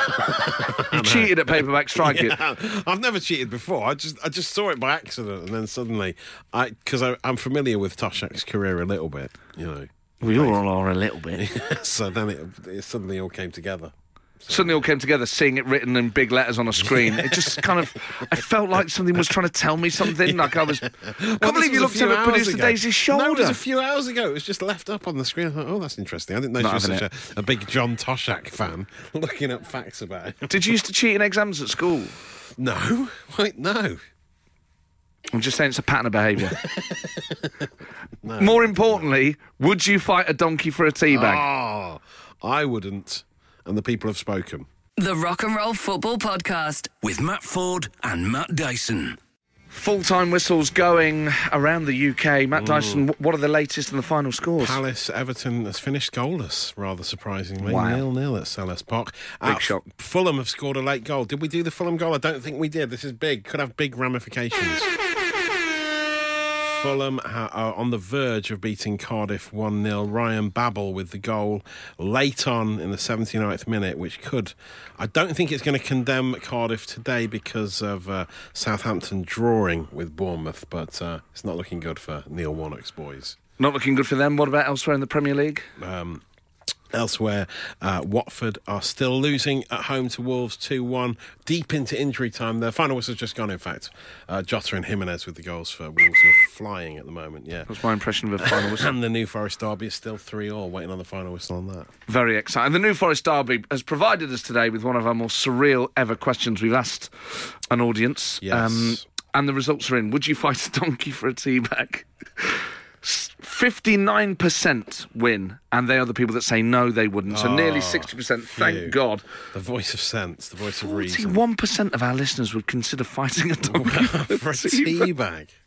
Speaker 1: You cheated at Paperback Striker.
Speaker 2: I've never cheated before. I just I just saw it by accident, and then suddenly, I because I'm familiar with Toshak's career a little bit, you know.
Speaker 1: We all are a little bit.
Speaker 2: so then it, it suddenly all came together.
Speaker 1: Suddenly all came together, seeing it written in big letters on a screen. It just kind of, I felt like something was trying to tell me something. Like I was, I can't
Speaker 2: Well,
Speaker 1: believe you
Speaker 2: this was
Speaker 1: looked
Speaker 2: a few
Speaker 1: over
Speaker 2: hours
Speaker 1: producer
Speaker 2: ago.
Speaker 1: Daisy's
Speaker 2: No, it
Speaker 1: shoulder.
Speaker 2: was a few hours ago. It was just left up on the screen. I thought, oh, that's interesting. I didn't know
Speaker 1: Not
Speaker 2: she was such
Speaker 1: having
Speaker 2: a, a big John Toshak fan looking up facts about him.
Speaker 1: Did you used to cheat in exams at school?
Speaker 2: No, wait, no.
Speaker 1: I'm just saying it's a pattern of behaviour. More importantly, would you fight a donkey for a teabag?
Speaker 2: Ah, I wouldn't. And the people have spoken.
Speaker 3: The Rock and Roll Football Podcast.
Speaker 7: With Matt Ford and Matt Dyson.
Speaker 1: Full time whistles going around the UK. Matt Dyson, wh- what are the latest and the final scores?
Speaker 2: Palace Everton has finished goalless, rather surprisingly.
Speaker 1: Wow.
Speaker 2: Nil nil at Sellers Park. Big
Speaker 1: shock.
Speaker 2: Fulham have scored a late goal. Did we do the Fulham goal? I don't think we did. This is big. Could have big ramifications. Fulham ha- are on the verge of beating Cardiff 1 0. Ryan Babel with the goal late on in the 79th minute, which could. I don't think it's going to condemn Cardiff today because of uh, Southampton drawing with Bournemouth, but uh, it's not looking good for Neil Warnock's boys.
Speaker 1: Not looking good for them. What about elsewhere in the Premier League?
Speaker 2: Elsewhere, uh, Watford are still losing at home to Wolves 2 1, deep into injury time. Their final whistle's just gone, in fact. Uh, Jota and Jimenez with the goals for Wolves, who are flying at the moment, yeah.
Speaker 1: That's my impression of a final whistle.
Speaker 2: And the New Forest Derby is still 3 all, waiting on the final whistle on that.
Speaker 1: Very exciting. The New Forest Derby has provided us today with one of our more surreal ever questions we've asked an audience. um,
Speaker 2: Yes.
Speaker 1: and the results are in. Would you fight a donkey for a tea bag? 59% win, and they are the people that say no, they wouldn't. So nearly 60%, thank
Speaker 2: Ah, phew.
Speaker 1: God.
Speaker 2: The voice of sense, the voice of reason.
Speaker 1: 41% of our listeners would consider fighting a donkey
Speaker 2: for a tea bag.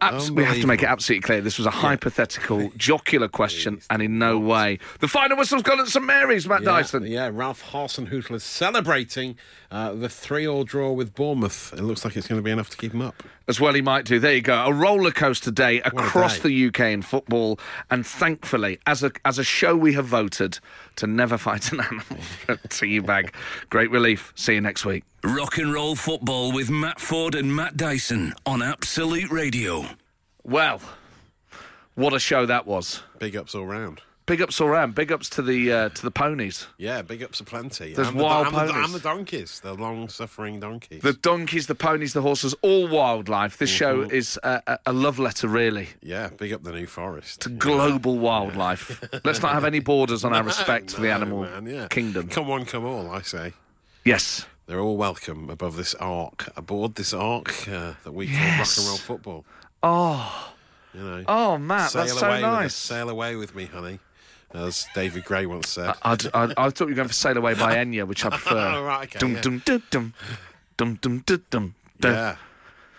Speaker 1: Abs- we have to make it absolutely clear this was a hypothetical, jocular question, and in no way. The final whistle's gone at St Mary's, Matt Dyson.
Speaker 2: Yeah, Ralph Hasenhutl is celebrating uh, the three-all draw with Bournemouth. It looks like it's going to be enough to keep him up.
Speaker 1: As well, he might do. There you go. A roller coaster day
Speaker 2: a
Speaker 1: across
Speaker 2: day.
Speaker 1: the UK in football, and thankfully, as a as a show, we have voted to never fight an animal for a tea bag. Great relief. See you next week.
Speaker 7: Rock and roll football with Matt Ford and Matt Dyson on Absolute Radio.
Speaker 1: Well, what a show that was.
Speaker 2: Big ups all round.
Speaker 1: Big ups all round. Big ups to the uh, to the ponies.
Speaker 2: Yeah, big ups are plenty.
Speaker 1: There's
Speaker 2: and the, do-
Speaker 1: wild
Speaker 2: and the,
Speaker 1: ponies.
Speaker 2: and the donkeys, the long-suffering donkeys.
Speaker 1: The donkeys, the ponies, the horses, all wildlife. This show
Speaker 2: Mm-hmm.
Speaker 1: is a, a, a love letter, really,
Speaker 2: yeah, big up the New Forest.
Speaker 1: to global wildlife. Let's not have any borders on our respect for the
Speaker 2: No,
Speaker 1: animal
Speaker 2: man, yeah.
Speaker 1: kingdom.
Speaker 2: Come one, come all, I say.
Speaker 1: Yes.
Speaker 2: They're all welcome above this arc, aboard this arc uh, that we call rock
Speaker 1: Yes.
Speaker 2: and roll football. Oh, you know.
Speaker 1: Oh, Matt,
Speaker 2: sail
Speaker 1: that's so
Speaker 2: away with us,
Speaker 1: nice.
Speaker 2: sail away with me, honey, as David Gray once said.
Speaker 1: I'd, I, I thought you were going for Sail Away by Enya, which I prefer.
Speaker 2: Oh, right, okay,
Speaker 1: dum,
Speaker 2: yeah.
Speaker 1: dum, dum, dum, dum, dum, dum, dum, dum.
Speaker 2: yeah,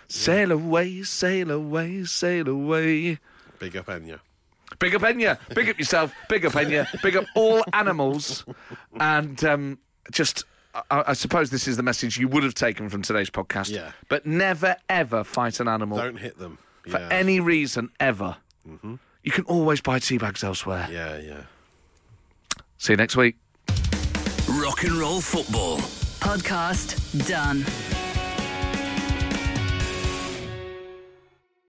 Speaker 1: Sail away, sail away, sail away.
Speaker 2: big up Enya.
Speaker 1: Big up Enya. Big up yourself. Big up Enya. Big up all animals. And um, just, I, I suppose this is the message you would have taken from today's podcast.
Speaker 2: Yeah.
Speaker 1: But never, ever fight an animal
Speaker 2: Don't hit them
Speaker 1: for
Speaker 2: yeah. Mm-hmm.
Speaker 1: any reason, ever. You can always buy tea bags elsewhere.
Speaker 2: Yeah, yeah.
Speaker 1: See you next week.
Speaker 7: Rock and roll football.
Speaker 3: Podcast done.